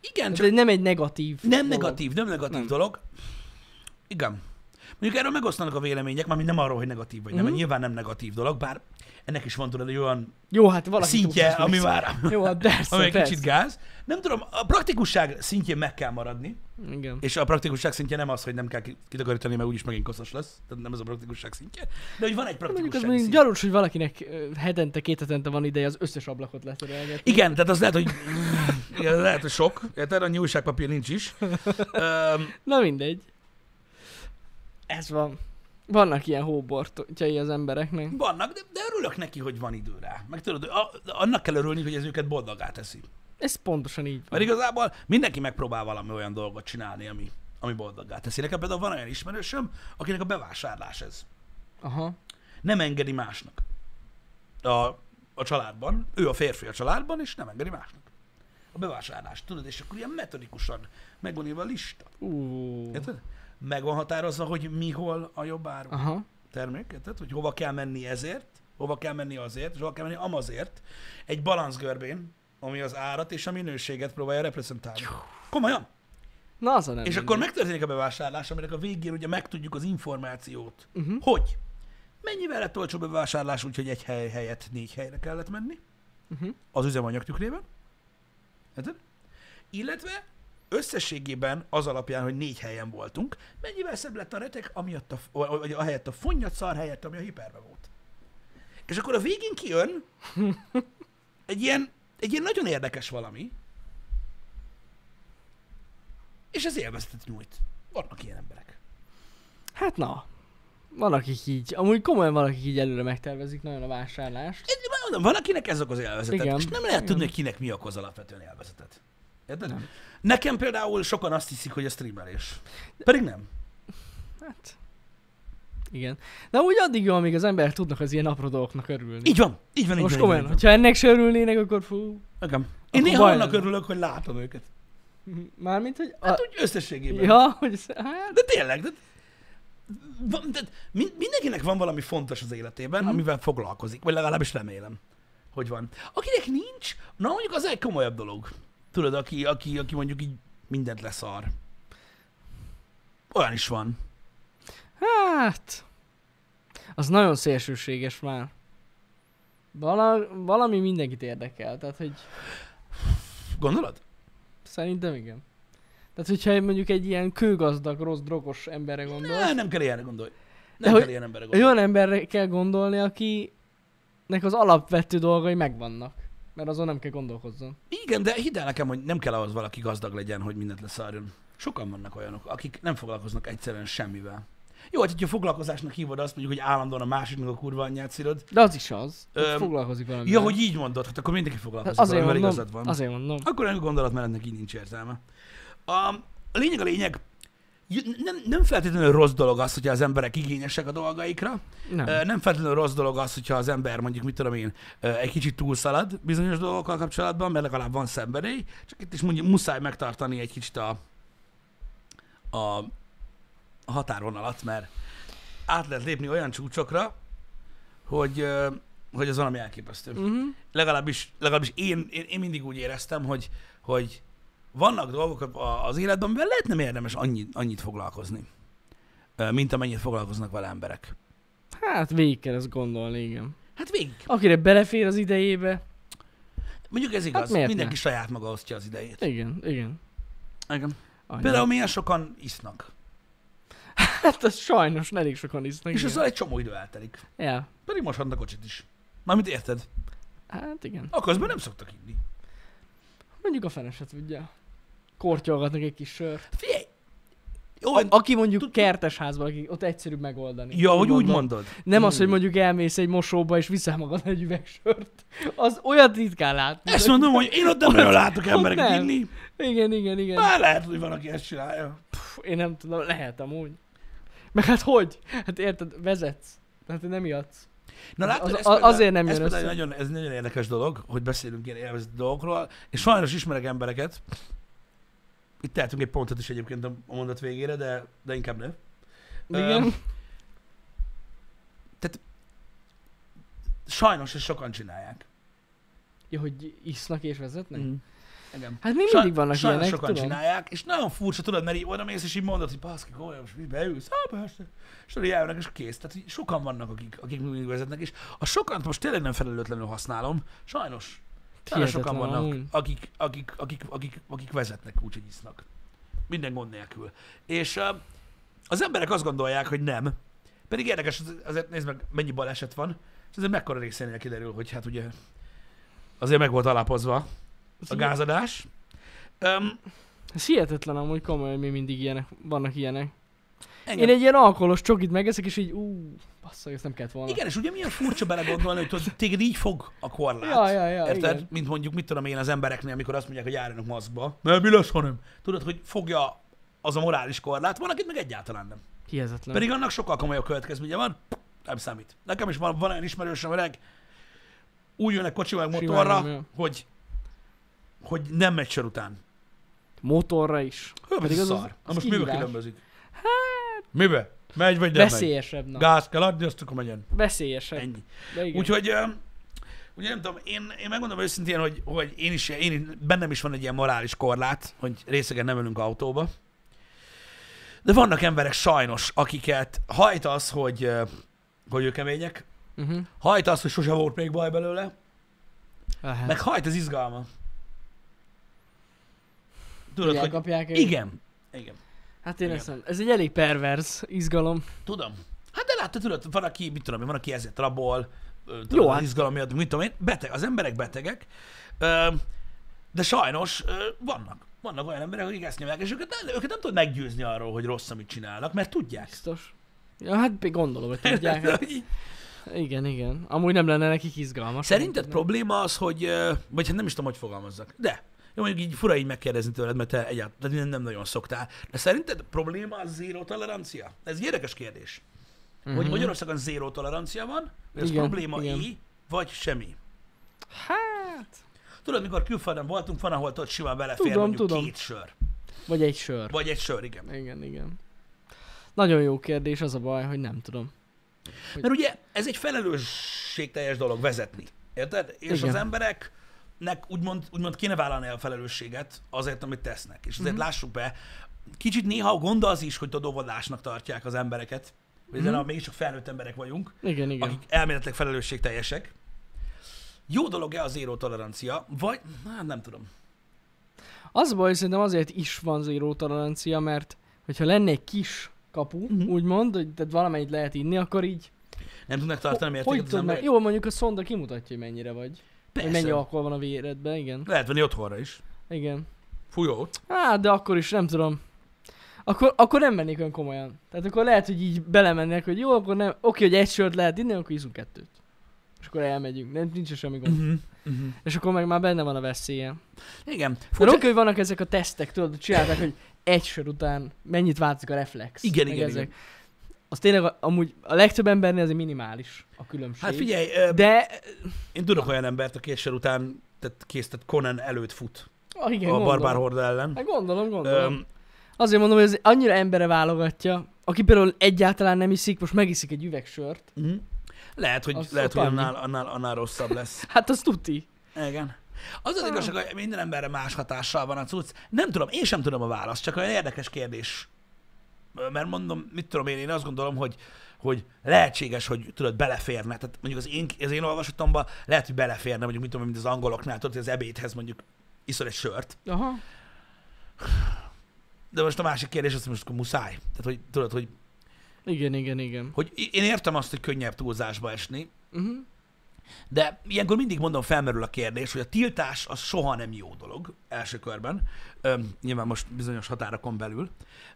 A: Igen,
B: Tehát
A: csak
B: egy- nem egy negatív
A: nem
B: dolog.
A: negatív, nem negatív
B: Nem.
A: dolog. Igen. Mondjuk erről megosztanak a vélemények, már nem arról, hogy negatív vagy nem,
B: Mhm.
A: mert nyilván nem negatív dolog, bár ennek is van tudod egy olyan
B: Jó, hát valaki
A: szintje,
B: túl-
A: ami már
B: Jó, hát persze,
A: ami egy
B: persze.
A: kicsit gáz. Nem tudom, a praktikusság szintjén meg kell maradni,
B: Igen.
A: és a praktikusság szintje nem az, hogy nem kell ki- kitakarítani, mert úgyis megint koszos lesz, tehát nem ez a praktikusság szintje, de hogy van egy
B: Mondjuk az
A: praktikusság
B: mondjuk
A: szintje.
B: gyanús, hogy valakinek ö, hetente, két hetente van ideje az összes ablakot letörölgetni.
A: Igen, tehát az lehet, hogy, igen, az lehet, hogy sok, érted? Annyi újságpapír nincs is. Öm,
B: Na mindegy. Ez van. Vannak ilyen hóbortjai az embereknek.
A: Vannak, de, de örülök neki, hogy van idő rá. Meg tudod, a, annak kell örülni, hogy ez őket boldogá teszi.
B: Ez pontosan így van.
A: Mert igazából mindenki megpróbál valami olyan dolgot csinálni, ami, ami boldoggá teszi. Nekem például van olyan ismerősöm, akinek a bevásárlás ez.
B: Aha.
A: Nem engedi másnak. A, a családban, ő a férfi a családban, és nem engedi másnak. A bevásárlást, tudod, és akkor ilyen metodikusan megvan írva a lista.
B: Ú.
A: Érted? Meg van határozva, hogy mihol a jobb áru.
B: Aha.
A: terméket, tehát hogy hova kell menni ezért, hova kell menni azért, és hova kell menni amazért, egy balanszgörbén, ami az árat és a minőséget próbálja reprezentálni. Komolyan.
B: Na az a nem
A: És
B: mindegy.
A: akkor megtörténik a bevásárlás, aminek a végén ugye megtudjuk az információt,
B: Uh-huh.
A: hogy mennyivel lett olcsóbb a bevásárlás, úgyhogy egy hely helyett négy helyre kellett menni,
B: Uh-huh.
A: az üzemanyag tükrében. Érted? Illetve összességében az alapján, hogy négy helyen voltunk, mennyivel szebb lett a retek, amiatt a, vagy a helyett a fonnyat szar helyett, ami a hiperbe volt. És akkor a végén kijön egy ilyen, egy ilyen nagyon érdekes valami, és ez élvezetet nyújt. Vannak ilyen emberek.
B: Hát na. Van, akik így, amúgy komolyan van, akik így előre megtervezik nagyon a vásárlást.
A: Én Mondom, van, akinek ez okoz élvezetet,
B: Igen.
A: és nem lehet
B: Igen.
A: tudni, hogy kinek mi okoz alapvetően élvezetet. Érted?
B: Nem.
A: Nekem például sokan azt hiszik, hogy a streamelés. Pedig nem.
B: Hát. Igen. De úgy addig jó, amíg az emberek tudnak az ilyen apró dolgoknak örülni.
A: Így van, így van, így
B: Most
A: van.
B: komolyan, hogyha ennek se örülnének, akkor fú.
A: Nekem. Én
B: Akkor
A: néha
B: baj
A: annak
B: lenne.
A: örülök, hogy látom őket.
B: Mármint, hogy... A...
A: Hát úgy összességében.
B: Ja, hogy... ez- Hát,
A: De tényleg, de, van, de min- mindenkinek van valami fontos az életében,
B: Mhm.
A: amivel foglalkozik, vagy legalábbis remélem, hogy van. Akinek nincs, na mondjuk az egy komolyabb dolog. Tudod, aki, aki, aki mondjuk így mindent leszar. Olyan is van.
B: hát... Az nagyon szélsőséges már. Vala, valami mindenkit érdekel, tehát hogy
A: Gondolod?
B: szerintem igen. Tehát, hogyha mondjuk egy ilyen kőgazdag, rossz, drogos emberre gondolsz,
A: Ne, nem kell ilyenre gondolj.
B: De
A: Nem
B: hogy-
A: kell ilyenre emberre
B: Egy
A: gondolj.
B: olyan emberre kell gondolni, akinek az alapvető dolgai megvannak. Mert azon nem kell gondolkozzon.
A: Igen, de hidd el nekem, hogy nem kell ahhoz valaki gazdag legyen, hogy mindent leszárjon. Sokan vannak olyanok, akik nem foglalkoznak egyszerűen semmivel. Jó, hát hogyha foglalkozásnak hívod azt, mondjuk, hogy állandóan a másiknak a kurva anyját szírod.
B: De az is az. Öm,
A: Öm,
B: foglalkozik valamivel.
A: Ja, hogy így mondod, hát akkor mindenki
B: hát
A: foglalkozik
B: azért
A: valamivel,
B: mondom,
A: igazad van.
B: Azért mondom.
A: Akkor ennek a gondolatmenetnek így nincs értelme. A, a lényeg a lényeg, j- nem, nem feltétlenül rossz dolog az, hogyha az emberek igényesek a dolgaikra,
B: Nem.
A: Ö, Nem feltétlenül rossz dolog az, hogyha az ember mondjuk, mit tudom én, ö, egy kicsit túlszalad bizonyos dolgokkal kapcsolatban, mert legalább van szenvedély, csak itt is mondjuk muszáj megtartani egy kicsit a, a, a határvonalat, mert át lehet lépni olyan csúcsokra, hogy, ö, hogy az valami elképesztő
B: Uh-huh.
A: legalábbis, legalábbis én, én, én mindig úgy éreztem, hogy, hogy vannak dolgok a- az életben, amivel lehet nem érdemes annyit, annyit foglalkozni, ö, mint amennyit foglalkoznak vele emberek.
B: Hát végig kell ezt gondolni, igen.
A: Hát végig.
B: Akire belefér az idejébe.
A: Mondjuk ez igaz, hát
B: miért
A: mindenki
B: ne?
A: saját maga osztja az idejét.
B: Igen, igen.
A: Igen.
B: Anya.
A: Például milyen sokan isznak,
B: Hát az sajnos elég sokan isznak.
A: és
B: igen.
A: azzal egy csomó idő eltelik.
B: Ja.
A: Pedig moshatnak kocsit is. Na, mit érted?
B: Hát igen.
A: A közben nem szoktak inni.
B: Mondjuk a feleset tudja. Kortyolgatnak egy kis sört.
A: Figyelj! Jó,
B: A, aki mondjuk
A: tud-
B: kertesházban, aki ott egyszerűbb megoldani.
A: ja, hogy úgy
B: Mondom.
A: mondod.
B: Nem az, hogy
A: Mm.
B: mondjuk elmész egy mosóba és viszel magad egy üvegsört. Az olyat ritkán látni.
A: Ezt mondom, hogy én ott nem nagyon látok embereket
B: nem.
A: inni.
B: Igen, igen, igen.
A: Már lehet, hogy van, aki ezt csinálja.
B: Pff, én nem tudom, lehet amúgy. Meg hát hogy? Hát érted, vezetsz. Tehát nem ijedsz.
A: Na
B: Az-
A: látod,
B: az-
A: ez például-
B: azért nem
A: ez
B: jön
A: például
B: össze.
A: Nagyon, ez nagyon érdekes dolog, hogy beszélünk ilyen élvezett dolgokról, és sajnos ismerek embereket, itt tehetünk egy pontot is egyébként a a mondat végére, de, de inkább nem.
B: Igen.
A: Öm, Sajnos ezt sokan csinálják.
B: ja, hogy isznak és vezetnek?
A: Mm. Igen.
B: Hát még
A: Sa-
B: mindig vannak
A: sajnos
B: ilyenek,
A: sokan
B: tudom.
A: csinálják, és nagyon furcsa, tudod, mert így oda mész, és így mondod, hogy baszki, golyam, és mi beülsz, á, persze. És tudod, így elmennek, és kész. Tehát így sokan vannak, akik, akik mindig vezetnek, és a sokan most tényleg nem felelőtlenül használom, sajnos. Nagyon sokan
B: Hihetetlen
A: vannak,
B: amúgy.
A: akik, akik, akik, akik, akik vezetnek úgy, hogy isznak. Minden gond nélkül. És ö, az emberek azt gondolják, hogy nem, pedig érdekes, az- azért nézd meg, mennyi baleset van, és azért mekkora részénél kiderül, hogy hát ugye azért meg volt alapozva a gázadás. Um,
B: Ez hihetetlen amúgy komolyan, hogy mi mindig ilyenek, vannak ilyenek.
A: engem,
B: Én egy ilyen alkoholos csokit megeszek, és így ú, bassza, ezt nem kellett volna.
A: Igen, és ugye milyen furcsa belegondolni, hogy tudod, téged így fog a korlát.
B: Ja, ja, ja,
A: Érted?
B: igen.
A: Mint mondjuk, mit tudom én az embereknél, amikor azt mondják, hogy járjanak maszkba. Mert mi lesz, hanem? Tudod, hogy fogja az a morális korlát, van, akit meg egyáltalán nem.
B: Hihetetlen.
A: Pedig annak sokkal komolyabb következménye van, nem számít. Nekem is van, van olyan ismerősöm, öreg, úgy jönnek kocsival, meg
B: Simán
A: motorra,
B: nem jön.
A: hogy, hogy nem megy sor után.
B: Motorra is.
A: Hő, pedig az, szar. Na most mibe
B: kihívás.
A: különbözik? Hát... Mibe? Megy vagy nem megy?
B: Veszélyesebb, na.
A: Gáz kell adni, azt akkor megyen.
B: Veszélyesebb.
A: Ennyi.
B: De igen.
A: Úgyhogy, ö, ugye nem tudom, én, én megmondom őszintén, hogy, hogy én is, én, bennem is van egy ilyen morális korlát, hogy részegen nem ülünk autóba. De vannak emberek sajnos, akiket hajt az, hogy, ö, hogy ők kemények,
B: Uh-huh.
A: hajt az, hogy sose volt még baj belőle,
B: Lehet.
A: meg hajt az izgalma. Tudod, hogy...
B: Elkapják őt.
A: Igen. Igen.
B: Hát én
A: Igen.
B: ezt nem. Ez egy elég perverz izgalom.
A: Tudom. Hát de látod, tudod, van, aki, mit tudom én, van, aki ezért rabol, ö,
B: Jó,
A: tudod, az
B: hát-
A: izgalom miatt, mit tudom én, beteg, az emberek betegek, ö, de sajnos ö, vannak. Vannak olyan emberek, akik ezt nyomják, és őket, nem- őket nem tudod meggyőzni arról, hogy rossz, amit csinálnak, mert tudják.
B: Biztos. Ja, hát még gondolom, hogy tudják. Hát
A: Így-
B: igen, igen. Amúgy nem lenne nekik izgalmas.
A: Szerinted
B: Nem tudnak.
A: probléma az, hogy, ö, vagy hát nem is tudom, hogy fogalmazzak, de jó, mondjuk így fura így megkérdezni tőled, mert te egyáltalán nem, nem nagyon szoktál. De szerinted probléma az zéró tolerancia? Ez egy érdekes kérdés. Mm-hmm. Hogy Magyarországon zéró tolerancia van, vagy ez
B: Mhm. Igen,
A: probléma
B: igen.
A: i, vagy semmi.
B: Hát...
A: Tudod, mikor külföldön voltunk, van, ahol tudod simán belefér
B: Tudom,
A: mondjuk
B: tudom.
A: két sör.
B: Vagy egy sör.
A: Vagy egy sör, igen.
B: Igen, igen. Nagyon jó kérdés, az a baj, hogy nem tudom. Hm.
A: Mert ugye ez egy felelősségteljes dolog vezetni. Érted? És
B: Igen.
A: az embereknek úgymond, úgymond kéne vállalni a felelősséget azért, amit tesznek. És
B: Hm.
A: azért lássuk be, kicsit néha a gond az is, hogy tudóvallásnak tartják az embereket. Ugye mm-hmm. mégiscsak felnőtt emberek vagyunk,
B: Igen, Hm. igen.
A: akik elméletileg felelősségteljesek. Jó dolog-e a zéró tolerancia, vagy hát nem tudom.
B: Az a baj, hogy szerintem azért is van zéró tolerancia, mert hogyha lenne egy kis kapu,
A: Mhm.
B: uh-huh. úgymond, hogy tehát valamelyik lehet inni, akkor így...
A: Nem tudnak tartani
B: ho-
A: mértéket
B: hogy
A: az
B: tudod meg?
A: emberek?
B: Jó, mondjuk a szonda kimutatja, hogy mennyire vagy. Hogy mennyi
A: Persze.
B: alkohol van a véredben, igen.
A: Lehet venni otthonra is.
B: Igen.
A: Fújót.
B: Hát, de akkor is nem tudom. Akkor, akkor nem mennék olyan komolyan. Tehát akkor lehet, hogy így belemennek, hogy jó, akkor nem. Oké, hogy egy sört lehet inni, akkor iszunk kettőt. És akkor elmegyünk. Nem, nincs semmi gond.
A: Uh-huh. Uh-huh.
B: És akkor meg már benne van a veszélye.
A: Igen.
B: Mert
A: Furcsa,
B: oké, hogy vannak ezek a tesztek, tudod, hogy csinálták, hogy egy sör után mennyit változik a reflex.
A: Igen,
B: meg
A: igen,
B: ezek.
A: igen.
B: Az tényleg a- amúgy a legtöbb embernél ez minimális a különbség.
A: hát figyelj, ö,
B: De,
A: én tudok olyan embert, aki egy sör után, tehát kész, tehát Conan előtt fut
B: ah, igen,
A: a
B: gondolom.
A: Barbár Horda ellen.
B: Hát gondolom, gondolom.
A: Öm,
B: Azért mondom, hogy ez annyira embere válogatja, aki például egyáltalán nem iszik, most megiszik egy üveg sört.
A: mhm. lehet, hogy,
B: Az
A: lehet,
B: ott
A: hogy
B: annyi.
A: annál, annál, annál rosszabb lesz.
B: Hát az tuti.
A: Igen. Az
B: Ah.
A: az igazság, hogy minden emberre más hatással van a cucc. Nem tudom, én sem tudom a választ, csak olyan érdekes kérdés. Mert mondom, mit tudom én, én azt gondolom, hogy, hogy lehetséges, hogy tudod, beleférne. Tehát mondjuk az én, az én olvasatomban lehet, hogy beleférne, mondjuk mit tudom én, mint az angoloknál, tudod, hogy az ebédhez mondjuk iszol egy sört.
B: Aha.
A: De most a másik kérdés, az hogy most akkor muszáj. Tehát, hogy tudod, hogy,
B: Igen, igen, igen.
A: hogy én értem azt, hogy könnyebb túlzásba esni,
B: Uh-huh.
A: De ilyenkor mindig mondom, felmerül a kérdés, hogy a tiltás az soha nem jó dolog első körben, Öm, nyilván most bizonyos határokon belül,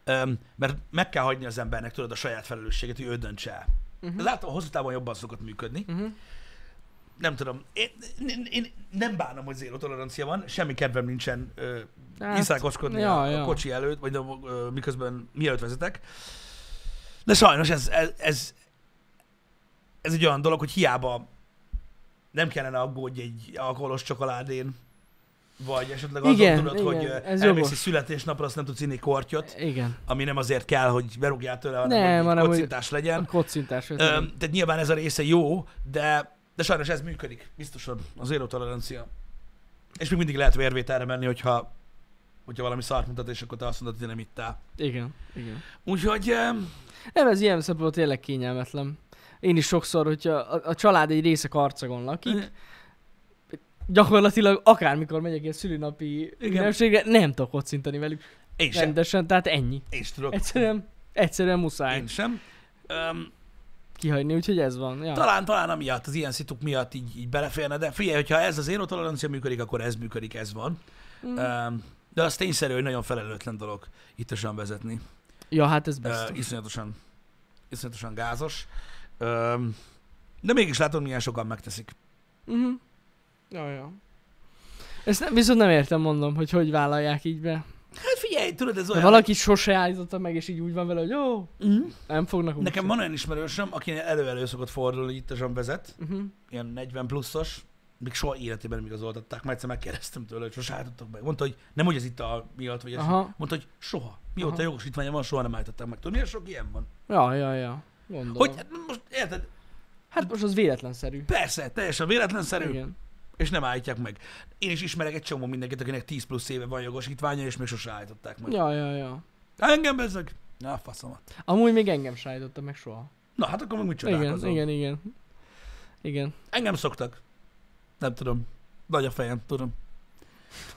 A: Öm, mert meg kell hagyni az embernek, tudod, a saját felelősséget, hogy ő döntse el. Uh-huh. Ez általában hosszú távon jobban szokott működni.
B: Mhm.
A: Nem tudom, én, én, én nem bánom, hogy zéró tolerancia van, semmi kedvem nincsen ö,
B: Hát,
A: iszákoskodni
B: ja,
A: ja, a, ja.
B: ja.
A: a kocsi előtt, vagy a, ö, miközben mielőtt vezetek. De sajnos ez, ez, ez, ez egy olyan dolog, hogy hiába nem kellene aggódj egy alkoholos csokoládén, vagy esetleg azon
B: Igen,
A: tudod,
B: igen,
A: hogy ö,
B: ez
A: elmész
B: jogos.
A: egy születésnapra, azt nem tudsz inni kortyot,
B: Igen.
A: ami nem azért kell, hogy berúgjál tőle, hanem
B: Nem,
A: hogy
B: hanem,
A: hanem,
B: hogy-
A: kocintás
B: A
A: legyen.
B: kocintás.
A: Ö, tehát nyilván ez a része jó, de, de sajnos ez működik, biztosan, az zéró tolerancia. És még mindig lehet vérvételre menni, hogyha, hogyha valami szart mutat, és akkor te azt mondod, hogy nem ittál.
B: Igen, igen.
A: Úgyhogy em,
B: Nem, ez ilyen szempontból tényleg kényelmetlen. Én is sokszor, hogyha a, a család egy része karcagon
A: Eh.
B: lakik, gyakorlatilag akármikor megyek ilyen szülinapi ünnepségre, nem tudok ott szinteni velük
A: én sem,
B: rendesen, tehát ennyi.
A: én sem tudok.
B: Egyszerűen, egyszerűen muszáj
A: Én sem. Um,
B: kihagyni, úgyhogy ez van. Ja.
A: talán, talán amiatt, az ilyen szituk miatt így, így beleférne, de figyelj, hogyha ez az zéró tolerancia működik, akkor ez működik, ez van.
B: Mm.
A: Um, de az tényszerű, hogy nagyon felelőtlen dolog ittasan vezetni.
B: ja, hát ez
A: Uh,
B: biztos.
A: iszonyatosan, iszonyatosan gázos. Um, de mégis látod, milyen sokan megteszik.
B: Mhm. Ja, ja. Ezt nem, viszont nem értem, mondom, hogy hogy vállalják így be.
A: Hát figyelj, tudod, ez
B: De
A: olyan...
B: valaki Mhm. sose állította meg, és így úgy van vele, hogy jó,
A: Mm.
B: nem fognak úgy.
A: Nekem van olyan ismerősöm, aki elő-elő szokott fordulni, hogy ittasan vezet,
B: Uh-huh.
A: ilyen 40 pluszos, még soha életében nem igazoltatták, mert egyszer megkérdeztem tőle, hogy sose álltottak meg. Mondta, hogy nem, hogy az itt a miatt, vagy ilyesmi.
B: Aha.
A: Mondta, hogy soha. Mióta
B: Aha.
A: jogosítványa van, soha nem állították meg. Tudod, milyen sok ilyen van?
B: Ja, ja, ja. Gondolom.
A: Hogy hát most érted?
B: Hát most az véletlenszerű.
A: Persze, teljesen véletlenszerű, Igen.
B: Igen.
A: és nem állítják meg. Én is ismerek egy csomó mindenkit, akinek 10 plusz éve van jogosítványa, és még sose állították meg. Ja.
B: Ja, ja, ja.
A: Engem bezzeg? Na, faszomat.
B: Amúgy még engem sájtotta meg soha.
A: Na, hát akkor meg mit
B: Igen,
A: csodálkozol?
B: igen, igen. Igen.
A: Engem szoktak. Nem tudom. Nagy a fejem, tudom.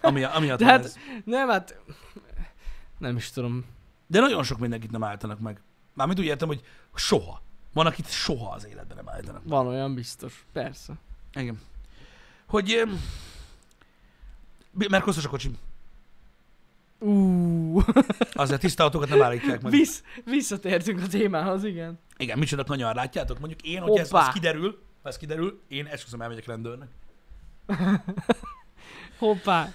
A: Ami, ami
B: De
A: De,
B: hát-
A: hát... ez.
B: Nem, hát... Nem is tudom.
A: De nagyon sok mindenkit nem állítanak meg. Mármint úgy értem, hogy soha. Van, akit soha az életben nem állítanak.
B: Van olyan biztos. Persze.
A: Igen. Hogy... em, mi- Mert koszos a kocsim.
B: Ú,
A: Azért tiszta autókat nem állítják meg.
B: Visz, visszatértünk a témához, igen.
A: Igen, micsoda kanyar, látjátok? Mondjuk én, hogy ez,
B: Hoppá.
A: ez kiderül, ha ez kiderül, én esküszöm elmegyek rendőrnek.
B: Hoppá.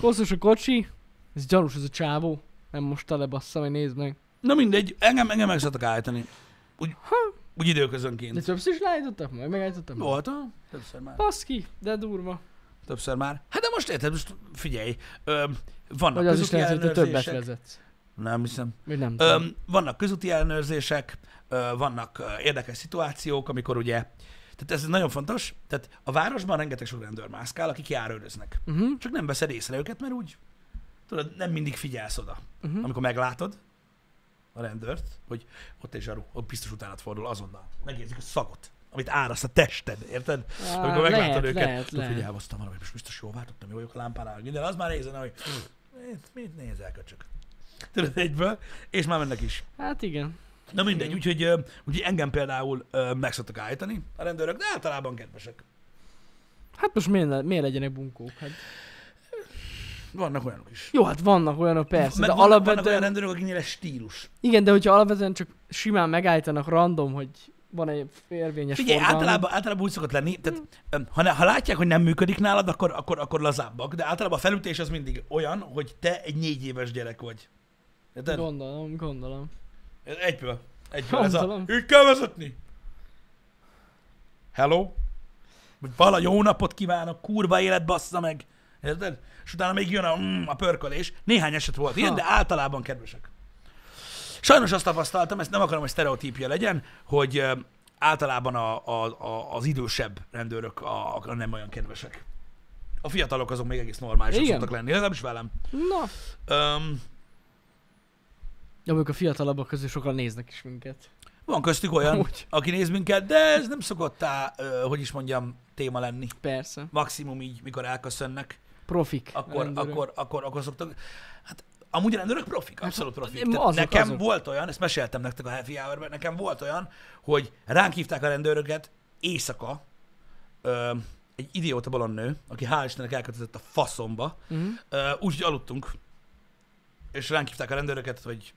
B: Koszos a kocsi. Ez gyanús ez a csávó. Nem most telebassza, meg nézd meg.
A: Na mindegy, engem, engem meg szoktak állítani. Úgy, úgy időközönként.
B: De többször is leállítottak meg, megállítottak meg.
A: Volt, ha? többször már.
B: Baszki, de durva.
A: Többször már. Hát de most érted, most figyelj. Öm, vannak
B: Vagy az is lehet, hogy te többet
A: ellenőrzések.
B: vezetsz.
A: Nem hiszem.
B: Vagy nem tudom.
A: Öm, vannak közúti ellenőrzések, ö, vannak ö, érdekes szituációk, amikor ugye, tehát ez nagyon fontos, tehát a városban rengeteg sok rendőr mászkál, akik járőröznek.
B: Mhm,
A: Csak nem veszed észre őket, mert úgy, tudod, nem mindig figyelsz oda.
B: mhm.
A: Amikor meglátod a rendőrt, hogy ott egy zsaru, ott biztos utánat fordul azonnal. Megérzik a szagot, amit áraszt a tested, érted?
B: Á,
A: Amikor meglátod
B: lehet,
A: őket,
B: lehet,
A: Tudod, hogy
B: lehet.
A: elhoztam valamit, most biztos jól váltottam, jó vagyok a lámpánál, meg minden, az már nézene, hogy mit, mit nézel, köcsök. Tudod, egyből, és már mennek is.
B: Hát igen.
A: Na mindegy,
B: Igen.
A: úgyhogy, ö, úgyhogy engem például ö, meg szoktak állítani a rendőrök, de általában kedvesek.
B: Hát most miért, ne- miért legyenek bunkók? Hát.
A: Vannak olyanok is.
B: Jó, hát vannak olyanok persze,
A: Meg
B: de
A: vannak, vannak
B: alapvetően...
A: olyan rendőrök, akiknél ez stílus.
B: Igen, de hogyha alapvetően csak simán megállítanak random, hogy van egy férvényes
A: Figyelj,
B: forgalom.
A: általában, általában úgy szokott lenni, tehát öm, ha, ne, ha látják, hogy nem működik nálad, akkor, akkor, akkor lazábbak, de általában a felütés az mindig olyan, hogy te egy négy éves gyerek vagy. Érted?
B: Gondolom, gondolom.
A: Ez Egyből. Egyből ez a...
B: Gondolom.
A: Így kell vezetni. Hello? Vagy Vala jó napot kívánok, kurva élet bassza meg. Érted? És utána még jön a, mm, a pörkölés. Néhány eset volt ilyen,
B: Ha.
A: de általában kedvesek. Sajnos azt tapasztaltam, ezt nem akarom, hogy sztereotípia legyen, hogy ö, általában a, a, a, az idősebb rendőrök a, a nem olyan kedvesek. A fiatalok azok még egész normálisak
B: Igen.
A: szoktak lenni, legalábbis velem.
B: Na,
A: Öm,
B: de mondjuk a fiatalabbak közül sokan néznek is minket.
A: Van köztük olyan,
B: Amúgy.
A: aki néz minket, de ez nem szokott tá, ö, hogy is mondjam, téma lenni.
B: Persze.
A: Maximum így, mikor elköszönnek,
B: Profik.
A: akkor,
B: rendőrök.
A: akkor, akkor, akkor szoktak... Hát amúgy a rendőrök profik, abszolút profik.
B: Hát, én-
A: Tehát
B: azok,
A: nekem
B: azok.
A: volt olyan, ezt meséltem nektek a Happy hour nekem volt olyan, hogy ránk hívták a rendőröket éjszaka, ö, egy idióta bolond nő, aki hál' Istennek elkötözött a faszomba,
B: Mhm.
A: Ö, Úgy, hogy aludtunk, és ránk hívták a rendőröket, hogy,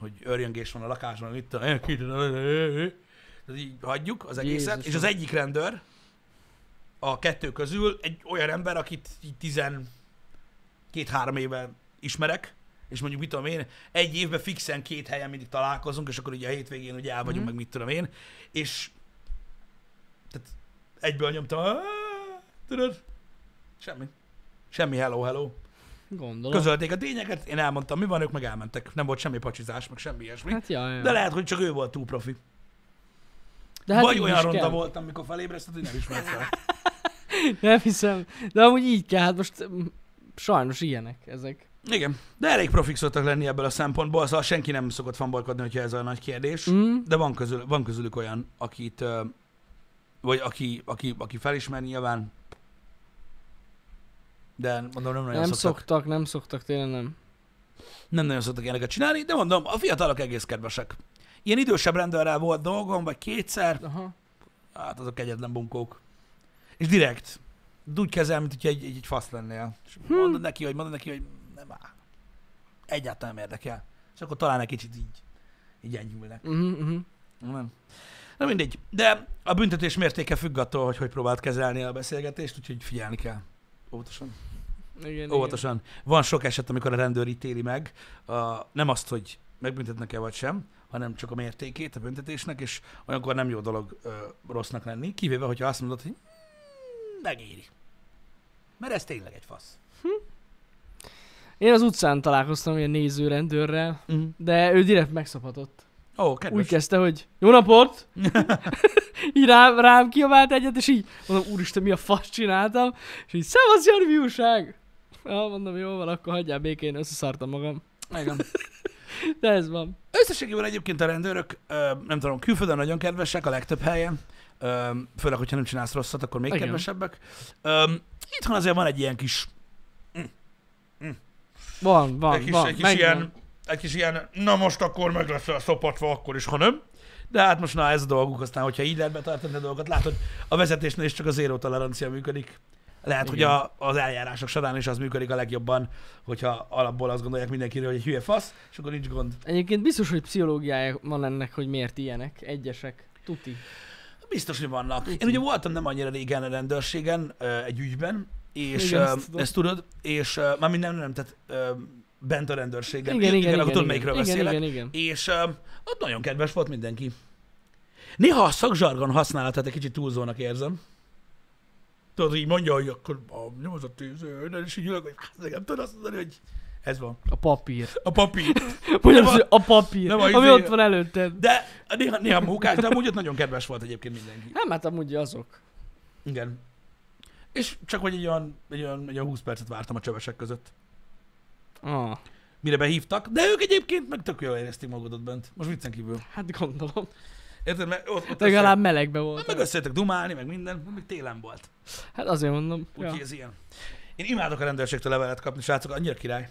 A: hogy örjöngés van a lakáson, itt a... Tehát így hagyjuk az egészet,
B: Jézusom.
A: és az egyik rendőr a kettő közül egy olyan ember, akit így 12-3 éve ismerek, és mondjuk mit tudom én, egy évben fixen két helyen mindig találkozunk, és akkor ugye a hétvégén ugye el vagyunk,
B: Mhm.
A: meg mit tudom én, és tehát egyből nyomtam, "Ááá", tudod, semmi. Semmi hello, hello.
B: Gondolom.
A: Közölték a tényeket, én elmondtam, mi van, ők meg elmentek. Nem volt semmi pacsizás, meg semmi ilyesmi.
B: Hát ja, ja.
A: De lehet, hogy csak ő volt túl profi. Hát
B: de hát
A: Vagy
B: így
A: olyan
B: is
A: ronda
B: kell.
A: voltam, mikor felébresztett, hogy nem ismert fel.
B: Nem hiszem. De amúgy így kell, hát most mm, sajnos ilyenek ezek.
A: Igen, de elég profik szoktak lenni ebből a szempontból, szóval senki nem szokott fanbalkodni, hogyha ez a nagy kérdés.
B: Mm.
A: De van, közül, van közülük olyan, akit, ö, vagy aki, aki, aki felismer nyilván, de mondom, nem nagyon
B: Nem
A: szoktak,
B: szoktak. szoktak, nem szoktak, tényleg nem.
A: nem nagyon szoktak ilyeneket csinálni, de mondom, a fiatalok egész kedvesek. Ilyen idősebb rendőrrel volt dolgom, vagy kétszer,
B: Aha.
A: hát azok egyetlen bunkók. És direkt, úgy kezel, mint hogyha egy, egy, egy fasz lennél. És
B: Hmm.
A: mondod neki, hogy mondod neki, hogy nem áll. Egyáltalán nem érdekel. És akkor talán egy kicsit így, így enyhülnek.
B: Uh-huh, uh-huh.
A: Nem. Na mindegy. De a büntetés mértéke függ attól, hogy hogy próbált kezelni a beszélgetést, úgyhogy figyelni kell. Óvatosan.
B: Igen,
A: Óvatosan. Van sok eset, amikor a rendőr ítéli meg, a, nem azt, hogy megbüntetnek-e vagy sem, hanem csak a mértékét a büntetésnek, és olyankor nem jó dolog ö, rossznak lenni, kivéve, hogyha azt mondod, hogy "Mm, megéri. Mert ez tényleg egy fasz.
B: Igen. Én az utcán találkoztam ilyen néző rendőrrel,
A: Mm.
B: de ő direkt megszophatott.
A: Ó,
B: Kedves.
A: kedves.
B: Mhm. Úgy kezdte, hogy jó napot! így rám, rám kiabált egyet, és így mondom, úristen, mi a fasz csináltam? És így, szevasz, Jani, mi újság? Ja, mondom, jó van, akkor hagyjál békén, összeszartam magam.
A: Igen.
B: De ez van.
A: Összességében egyébként a rendőrök, ö, nem tudom, külföldön nagyon kedvesek a legtöbb helyen, ö, főleg, hogyha nem csinálsz rosszat, akkor még
B: Igen.
A: kedvesebbek. Ö, itthon azért van egy ilyen kis,
B: Van, van,
A: egy kis,
B: van.
A: egy kis
B: megvan.
A: ilyen, egy kis ilyen, na most akkor meg leszel szopatva, akkor is, ha nem. De hát most na ez a dolguk, aztán hogyha így lehet betartani a dolgokat, látod, a vezetésnél is csak a zéró tolerancia működik. Lehet,
B: Igen.
A: hogy a, az eljárások során is az működik a legjobban, hogyha alapból azt gondolják mindenkiről, hogy egy hülye fasz, és akkor nincs gond.
B: Egyébként biztos, hogy pszichológiája van ennek, hogy miért ilyenek. Egyesek. Tuti.
A: Biztos, hogy vannak.
B: Mit?
A: Én ugye voltam nem annyira régen a rendőrségen ö, egy ügyben, és
B: Igen,
A: igen,
B: azt
A: ezt,
B: tudom.
A: ezt tudod, és ö, már minden nem, tehát ö, bent a rendőrségen.
B: Igen, igen, igen.
A: akkor
B: igen,
A: tudod,
B: igen,
A: melyikről
B: igen,
A: beszélek.
B: igen, igen.
A: És ö, ott nagyon kedves volt mindenki. Néha a szakzsargon használatát egy kicsit túlzónak érzem. Tudod, így mondja, hogy akkor a nyomozott tűző, és így ülök, hogy hát nem tudod azt mondani, hogy ez van.
B: A papír.
A: A papír.
B: Mondjad,
A: a-
B: hogy a papír,
A: nem a
B: ami
A: izé-
B: ott van előtted.
A: De néha, néha mókás, de amúgy ott nagyon kedves volt egyébként mindenki.
B: Nem, hát amúgy azok.
A: Igen. És csak hogy egy olyan, egy olyan, egy olyan 20 percet vártam a csövesek között,
B: Ah,
A: mire behívtak, de ők egyébként meg tök jól érezték magukat bent. Most viccen kívül.
B: hát gondolom.
A: Érted? Mert ott, ott
B: Legalább melegbe
A: össze, Hát
B: volt.
A: meg összejöttek dumálni, meg minden, még télen volt.
B: Hát azért mondom.
A: Úgyhogy
B: Ja.
A: ez ilyen. Én imádok a rendőrségtől levelet kapni, srácok, annyira király.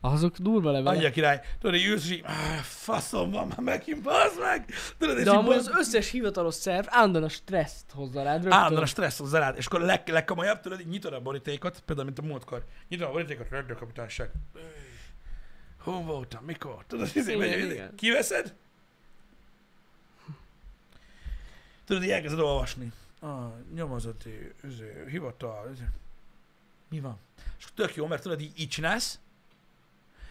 B: Azok durva levelek.
A: Annyira király. Tudod, hogy ülsz, és így, "Áh, faszom van már megint, bazd meg! Tudod, és
B: De
A: így
B: amúgy az
A: bazd-
B: összes hivatalos szerv állandóan a stresszt hozza rád. rögtön.
A: Állandóan a stressz hozzá rád, és akkor a leg, legkomolyabb, tudod, így nyitod a borítékot, például, mint a múltkor. Nyitod a borítékot, rendőrkapitányság. Hol voltam, mikor? Tudod, izé,
B: Igen,
A: megy, izé.
B: igen.
A: kiveszed? Tudod, így elkezded olvasni. A nyomozati izé, hivatal, izé. mi van? És akkor tök jó, mert tudod, így, így csinálsz,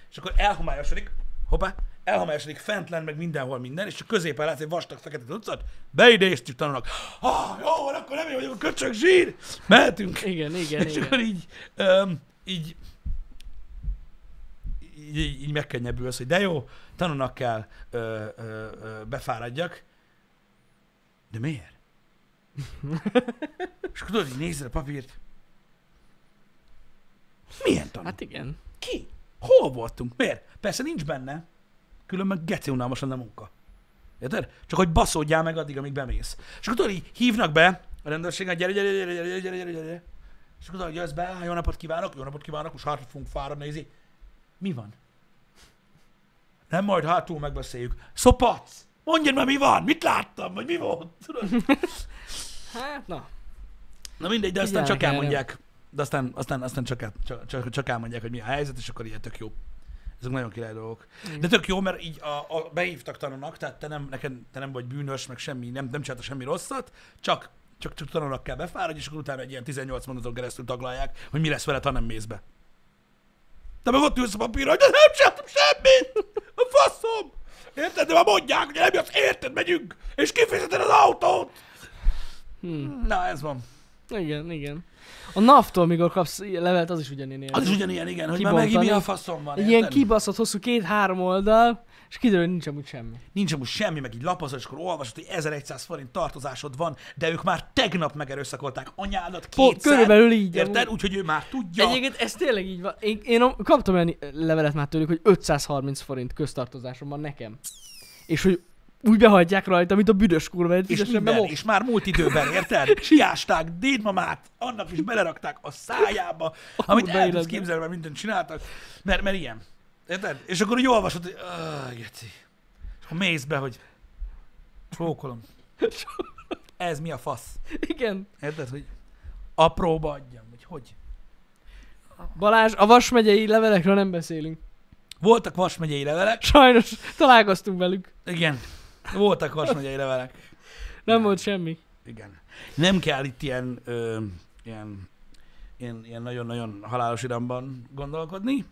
A: és akkor elhomályosodik, hoppá, elhomályosodik fent lent, meg mindenhol minden, és csak középen látsz egy vastag fekete utcát, beide és tanulnak. Ah, jó, van, akkor nem én vagyok a köcsög zsír, mehetünk.
B: Igen, igen,
A: és akkor
B: igen.
A: így, um, így, így, így, így megkönnyebbülsz, hogy de jó, tanulnak kell, ö, ö, ö, befáradjak. De miért? és akkor tudod, így nézed a papírt. Milyen tanul?
B: Hát igen.
A: Ki? Hol voltunk? Miért? Persze nincs benne. Különben geci unalmas lenne a munka. Érted? Csak hogy baszódjál meg addig, amíg bemész. És akkor tudod, így hívnak be a rendőrségen, gyere, gyere, gyere, gyere, gyere, gyere, gyere, gyere. És akkor tudod, jössz be, "Á, jó napot kívánok, jó napot kívánok, most hátra fogunk fáradni, nézi. Mi van? Nem, majd hátul megbeszéljük. Szopac! Mondjad már, mi van? Mit láttam? Vagy mi volt? Tudod?
B: Hát na.
A: Na mindegy, de aztán
B: Figyelnek
A: csak
B: erre.
A: elmondják. De aztán, aztán, aztán csak, el, csak, csak, csak elmondják, hogy mi a helyzet, és akkor ilyen tök jó. Ezek nagyon király dolgok. De tök jó, mert így a, a behívtak tanulnak, tehát te nem, neked, te nem vagy bűnös, meg semmi, nem, nem csinálta semmi rosszat, csak, csak, csak tanulnak kell befáradni, és akkor utána egy ilyen 18 mondaton keresztül taglalják, hogy mi lesz veled, ha nem mész be. De meg ott ülsz a papírra, hogy de nem csináltam semmit! A faszom! Érted? De már mondják, hogy nem jössz, érted, megyünk! És kifizeted az autót!
B: Hm.
A: Na, ez van.
B: Igen, igen. A NAV-tól, mikor kapsz levelet, az is ugyanilyen
A: Az
B: érzés.
A: is ugyanilyen, igen, hogy már
B: Kibontani.
A: megint mi a faszom van.
B: Egy ilyen
A: érted?
B: kibaszott hosszú két-három oldal, és kiderül, hogy nincs amúgy semmi.
A: Nincs most semmi, meg így lapozod, és akkor olvasod, hogy 1100 forint tartozásod van, de ők már tegnap megerőszakolták anyádat
B: Po-
A: kétszer.
B: körülbelül így,
A: Érted?
B: amúgy.
A: Úgyhogy ő már tudja.
B: Ja. Egyébként ez tényleg így van. Én, én a- kaptam olyan levelet már tőlük, hogy 530 forint köztartozásom van nekem. És hogy úgy behagyják rajta, mint a büdös kurva, egy
A: és,
B: fizessem be
A: minden,
B: most.
A: és már múlt időben, érted? Siásták dédmamát, annak is belerakták a szájába, amit el tudsz
B: életben.
A: képzelni, mert mindent csináltak, mert, mert ilyen. Érted? És akkor úgy olvasod, hogy "Ah, geci. És akkor mész be, hogy csókolom. Ez mi a fasz?
B: Igen.
A: Érted, hogy apróba adjam, hogy hogy?
B: Balázs, a Vas megyei levelekről nem beszélünk.
A: Voltak Vas megyei levelek,
B: Sajnos találkoztunk velük.
A: igen, voltak Vas megyei levelek,
B: Nem volt semmi.
A: igen. Nem kell itt ilyen, ö, ilyen, ilyen, ilyen nagyon-nagyon halálos iramban gondolkodni,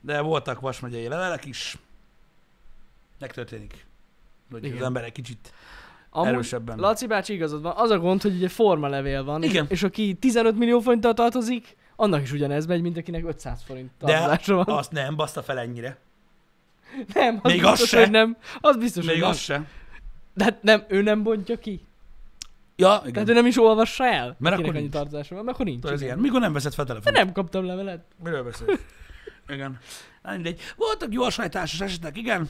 A: de voltak Vas megyei levelek is. Megtörténik, hogy
B: Igen.
A: az ember egy kicsit
B: Amúgy,
A: erősebben.
B: Laci bácsi igazad van. Az a gond, hogy ugye formalevél van.
A: Igen.
B: És, és aki 15 millió forinttal tartozik, annak is ugyanez megy, mint akinek 500 forint
A: de
B: tartozása van.
A: azt nem, baszta fel ennyire.
B: nem, az
A: még az
B: biztos,
A: se.
B: hogy nem. Az biztos,
A: Még
B: hogy
A: az
B: nem.
A: se.
B: De hát nem, ő nem bontja ki.
A: Ja, igen.
B: Tehát ő nem is olvassa el,
A: Mert
B: mert
A: akkor
B: akkor annyi
A: nincs.
B: tartozása van, mert akkor nincs.
A: Tudod, ez
B: igen.
A: ilyen. Mikor nem veszed fel
B: De
A: telefon?
B: nem kaptam levelet.
A: Miről beszélsz? igen. Na mindegy. Voltak jó sajtásos esetek, igen.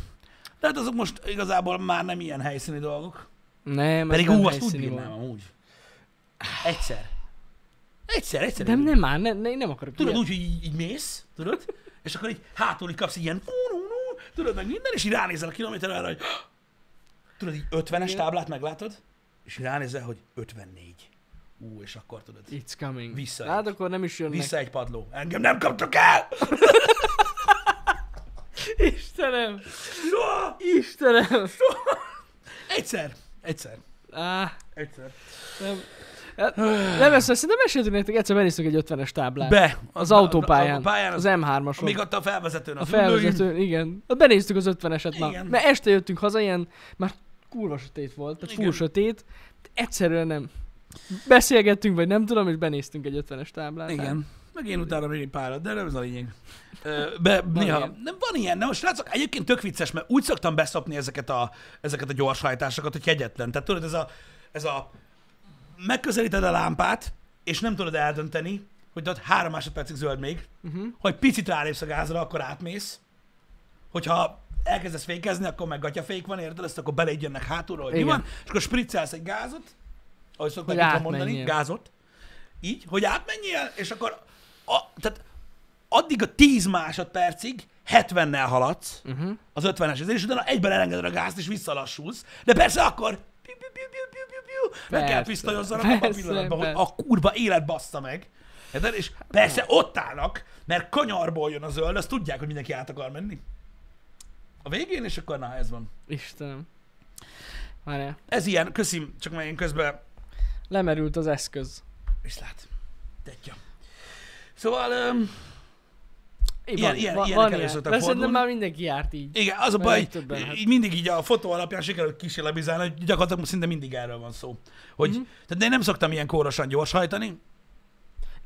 A: De hát azok most igazából már nem ilyen helyszíni dolgok.
B: Nem,
A: Pedig
B: ez
A: ú,
B: nem
A: azt úgy
B: helyszíni
A: bírnám
B: volt.
A: amúgy. Egyszer. Egyszer, egyszer.
B: De nem már, ne, ne, én nem akarok
A: Tudod
B: ilyet.
A: úgy, hogy így, így mész, tudod? És akkor így hátul így kapsz ilyen ú, ú, ú, tudod, meg minden, és így ránézel a kilométerre arra, hogy tudod, így 50-es táblát meglátod, és így ránézel, hogy 54. Ú, és akkor tudod,
B: It's coming.
A: Vissza
B: Hát
A: egy.
B: akkor nem is jönnek.
A: vissza egy padló. Engem nem kaptok el!
B: Istenem!
A: Soha!
B: Istenem!
A: Egyszer. Egyszer.
B: Á,
A: Egyszer.
B: nem. Hát, Nem ezt, szerintem meséltünk nektek, egyszer benisztünk egy 50-es táblát.
A: Be.
B: Az
A: Be-
B: autópályán,
A: A pályán
B: az
A: az,
B: M3-ason.
A: még ott a felvezetőn.
B: a
A: az ülői-
B: felvezető, igen. Hát Benéztük az 50-eset már.
A: Igen.
B: Mert este jöttünk haza, ilyen már kurva sötét volt, tehát full
A: Igen.
B: sötét. Egyszerűen nem. Beszélgettünk, vagy nem tudom, és benéztünk egy 50-es táblát.
A: Igen. Meg én utána még egy párat, de nem ez a lényeg. Ö, Be, van néha,
B: ilyen.
A: ilyen. nem van ilyen, nem, most srácok, egyébként tök vicces, mert úgy szoktam beszopni ezeket a, ezeket a gyorshajtásokat, hogy hegyetlen. Tehát tudod, ez a, ez a megközelíted a lámpát, és nem tudod eldönteni, hogy tudod, három másodpercig zöld még,
B: Uh-huh.
A: hogy picit rálépsz a gázra, akkor átmész. Hogyha elkezdesz fékezni, akkor meg gatyafék van, érted? Ezt akkor bele így jönnek hátulról, hogy mi
B: Igen.
A: van, és akkor spriccelsz egy gázot, ahogy szokták
B: Hogy
A: itthon mondani,
B: átmenjél.
A: gázot, így, hogy átmenjél, és akkor a, tehát addig a 10 másodpercig 70-nel haladsz
B: Uh-huh.
A: az 50-es ezért, és utána egyben elengeded a gázt, és visszalassulsz, de persze akkor piu, piu, piu, piu, piu, piu, piu, meg kell
B: Persze.
A: pisztolyozzanak abban a
B: Persze,
A: pillanatban, hogy
B: persze.
A: a kurva élet bassza meg. Érted? És persze ott állnak, mert kanyarból jön a zöld, azt tudják, hogy mindenki át akar menni. A végén, és akkor na, ez van.
B: Istenem. Várjál.
A: Ez ilyen, köszim, csak már én közben
B: Lemerült az eszköz.
A: viszlát. Tetja. Szóval, öm,
B: Én
A: Ilyen-
B: van,
A: ilyen-
B: van,
A: ilyenek
B: van
A: elő
B: ilyen.
A: szoktak
B: De szerintem
A: fordulni.
B: már mindenki járt így.
A: igen, az a
B: Meg
A: baj,
B: egy többen, hát.
A: így mindig így a fotó alapján sikerült kísérletizálni, hogy gyakorlatilag szinte mindig erről van szó. Hogy,
B: Mhm.
A: mm-hmm. Tehát én nem szoktam ilyen kórosan gyorshajtani,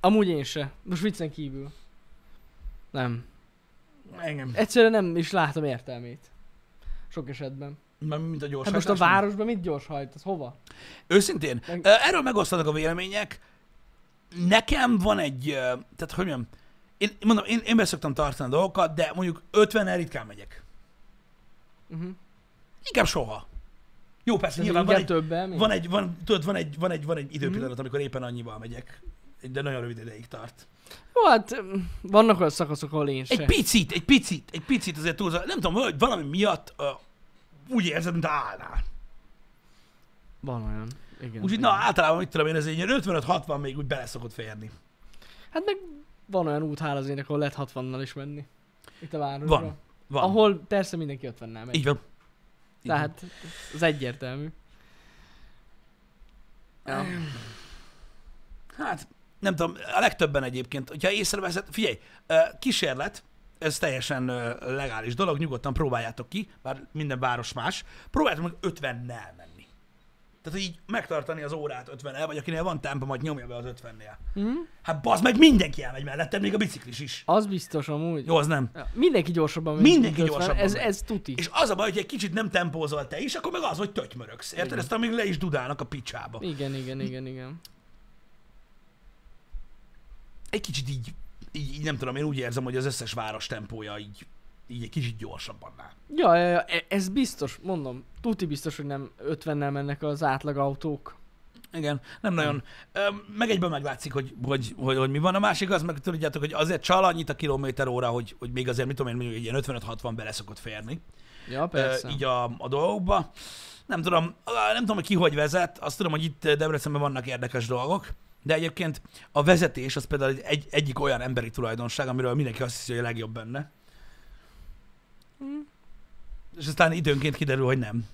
B: Amúgy én se. Most viccen kívül. Nem.
A: Engem.
B: Egyszerűen nem is látom értelmét. Sok esetben.
A: Már mint a gyors
B: Hát most a
A: hajtásnál.
B: városban mit gyors hajtasz? Hova?
A: Őszintén,
B: Meg-
A: ö, erről megosztanak a vélemények. Nekem van egy, ö, tehát hogy mondjam, én, mondom, én, én beszoktam tartani a dolgokat, de mondjuk 50 ritkán megyek.
B: Uh-huh.
A: Inkább soha. Jó, persze, nyilván
B: Nyilván
A: van
B: inkább
A: egy,
B: többen. mi?
A: van egy, van, tudod, van egy, van egy, van egy időpillanat,
B: Mhm.
A: amikor éppen annyival megyek. De nagyon rövid ideig tart.
B: Jó, hát mm, vannak olyan szakaszok, ahol én
A: Egy
B: se.
A: picit, egy picit, egy picit azért túlzol. Nem tudom, hogy valami miatt ö, úgy érzed, mint állnál.
B: Van olyan. Igen.
A: Úgyhogy na,
B: igen.
A: általában mit tudom én, ez egy ilyen 55-60 még úgy bele szokott férni.
B: Hát meg van olyan úthálazének, ahol lehet 60-nal is menni. Itt a városban.
A: Van. Van.
B: Ahol persze mindenki 50-nál megy.
A: Így van. Így van.
B: Tehát ez egyértelmű. Ja.
A: Hát, nem tudom, a legtöbben egyébként, hogyha észreveszed, figyelj, ö, kísérlet, ez teljesen ö, legális dolog, nyugodtan próbáljátok ki, bár minden város más, próbáljátok meg 50-nel menni. Tehát így megtartani az órát 50 el, vagy akinél van tempa, majd nyomja be az 50-nél.
B: Mhm.
A: Hát bazd meg, mindenki elmegy mellette, még a biciklis is.
B: Az biztos amúgy.
A: Jó, az nem.
B: Ja, Mindenki gyorsabban
A: Mindenki
B: mint
A: gyorsabban
B: Ez,
A: megy.
B: ez tuti.
A: És az a baj, hogy egy kicsit nem tempózol te is, akkor meg az, hogy tötymörögsz. Érted?
B: Igen.
A: Ezt amíg le is dudálnak a picsába.
B: Igen, igen, igen, igen.
A: Egy kicsit így, így, így nem tudom, én úgy érzem, hogy az összes város tempója így, így egy kicsit gyorsabban áll.
B: Ja, ja, ja, e- ez biztos, mondom. Tuti biztos, hogy nem 50-nel mennek az átlag autók.
A: Igen, nem nagyon. Ö, Meg egyben meglátszik, hogy, hogy, hogy, hogy mi van. A másik az, meg tudjátok, hogy azért csal annyit a kilométer óra, hogy, hogy még azért, mit tudom én, mondjuk egy ilyen 55-60 bele szokott férni.
B: Ja,
A: Persze.
B: persze.
A: így a, a dolgokba. Nem tudom, á, nem tudom, hogy ki hogy vezet, azt tudom, hogy itt Debrecenben vannak érdekes dolgok, de egyébként a vezetés az például egy- egy, egyik olyan emberi tulajdonság, amiről mindenki azt hiszi, hogy a legjobb benne.
B: Hm.
A: És aztán időnként kiderül, hogy nem.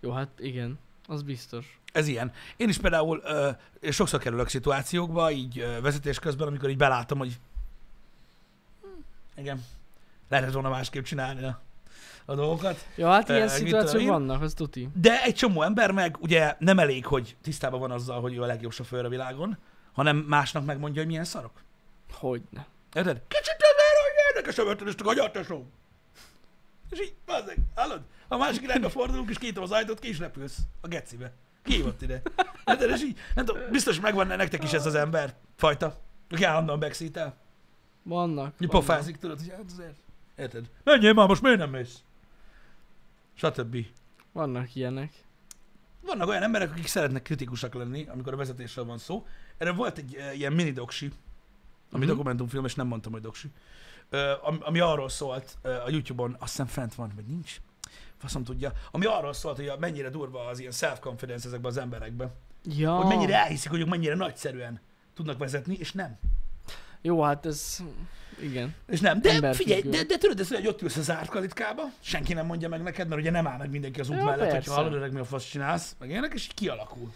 B: Jó, hát igen. Az biztos.
A: Ez ilyen. Én is például ö, én sokszor kerülök szituációkba, így ö, vezetés közben, amikor így belátom, hogy igen, lehetett volna másképp csinálni a, a dolgokat.
B: Ja, hát
A: Ö,
B: ilyen
A: mit
B: szituációk
A: tudom én?
B: vannak, az tuti.
A: De egy csomó ember meg ugye nem elég, hogy tisztában van azzal, hogy ő a legjobb sofőr a világon, hanem másnak megmondja, hogy milyen szarok.
B: Hogyne.
A: Érted? Kicsit erre, hogy érdekesebb ötlenest a gagyart, tesóm. És így, bazdeg, hallod? A másik irányba fordulunk, és kinyitom az ajtót, ki is repülsz. A gecibe. Ki hívott ide? Érted? És így, nem tudom, biztos megvan nektek is ez az ember fajta, aki állandóan backseat-el.
B: Vannak.
A: Így
B: vannak.
A: pofázik, tudod, hogy hát azért. Érted? Menjél már, most miért nem mész? Stb.
B: Vannak ilyenek.
A: Vannak olyan emberek, akik szeretnek kritikusak lenni, amikor a vezetésről van szó. Erre volt egy e, ilyen mini doksi, ami
B: Mhm.
A: uh-huh. dokumentumfilm, és nem mondtam, hogy doksi, ö, ami, ami arról szólt ö, a YouTube-on, azt hiszem fent van, vagy nincs, faszom tudja, ami arról szólt, hogy a, mennyire durva az ilyen self-confidence ezekben az emberekben.
B: Ja.
A: Hogy mennyire elhiszik, hogy ők mennyire nagyszerűen tudnak vezetni, és nem.
B: Jó, hát ez... Igen.
A: És nem, de
B: Ember
A: figyelj,
B: függő.
A: de, de tudod ezt, hogy ott ülsz a zárt kalitkába, senki nem mondja meg neked, mert ugye nem áll meg mindenki az út
B: Ja,
A: mellett,
B: persze.
A: hogyha hallod, öreg, mi a fasz csinálsz, meg ilyenek, és így kialakul.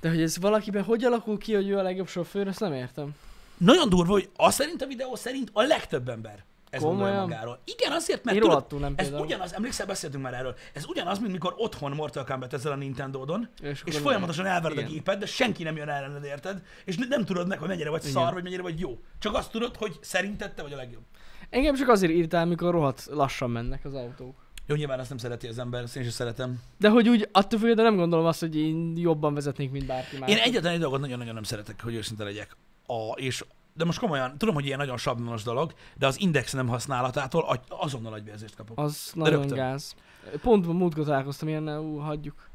B: De hogy ez valakiben hogy alakul ki, hogy ő a legjobb sofőr, azt nem értem.
A: nagyon durva, hogy az szerint a videó szerint a legtöbb ember ez gondolja
B: Komolyan?
A: magáról. Igen, azért, mert
B: Én
A: tudod,
B: rohadtul nem
A: ez
B: például.
A: ugyanaz, emlékszel, beszéltünk már erről, ez ugyanaz, mint mikor otthon Mortal Kombat ezzel a Nintendo-don,
B: akkor
A: és
B: nem-
A: folyamatosan elvered a
B: Igen.
A: géped, de senki nem jön ellened, érted? És ne- nem tudod meg, hogy mennyire vagy szar,
B: Igen.
A: vagy mennyire vagy jó. Csak azt tudod, hogy szerinted te vagy a legjobb.
B: Engem csak azért írtál, mikor rohadt lassan mennek az autók.
A: Jó, nyilván azt nem szereti az ember, azt én sem szeretem.
B: De hogy úgy attól függetlenül nem gondolom azt, hogy én jobban vezetnék, mint bárki más.
A: Én egyetlen egy dolgot nagyon-nagyon nem szeretek, hogy őszinte legyek. A, és, de most komolyan, tudom, hogy ilyen nagyon sablonos dolog, de az index nem használatától agy- azonnal agyvérzést kapok.
B: Az nagyon
A: rögtön.
B: gáz. Pont múltkor találkoztam ilyennel, ú, hagyjuk.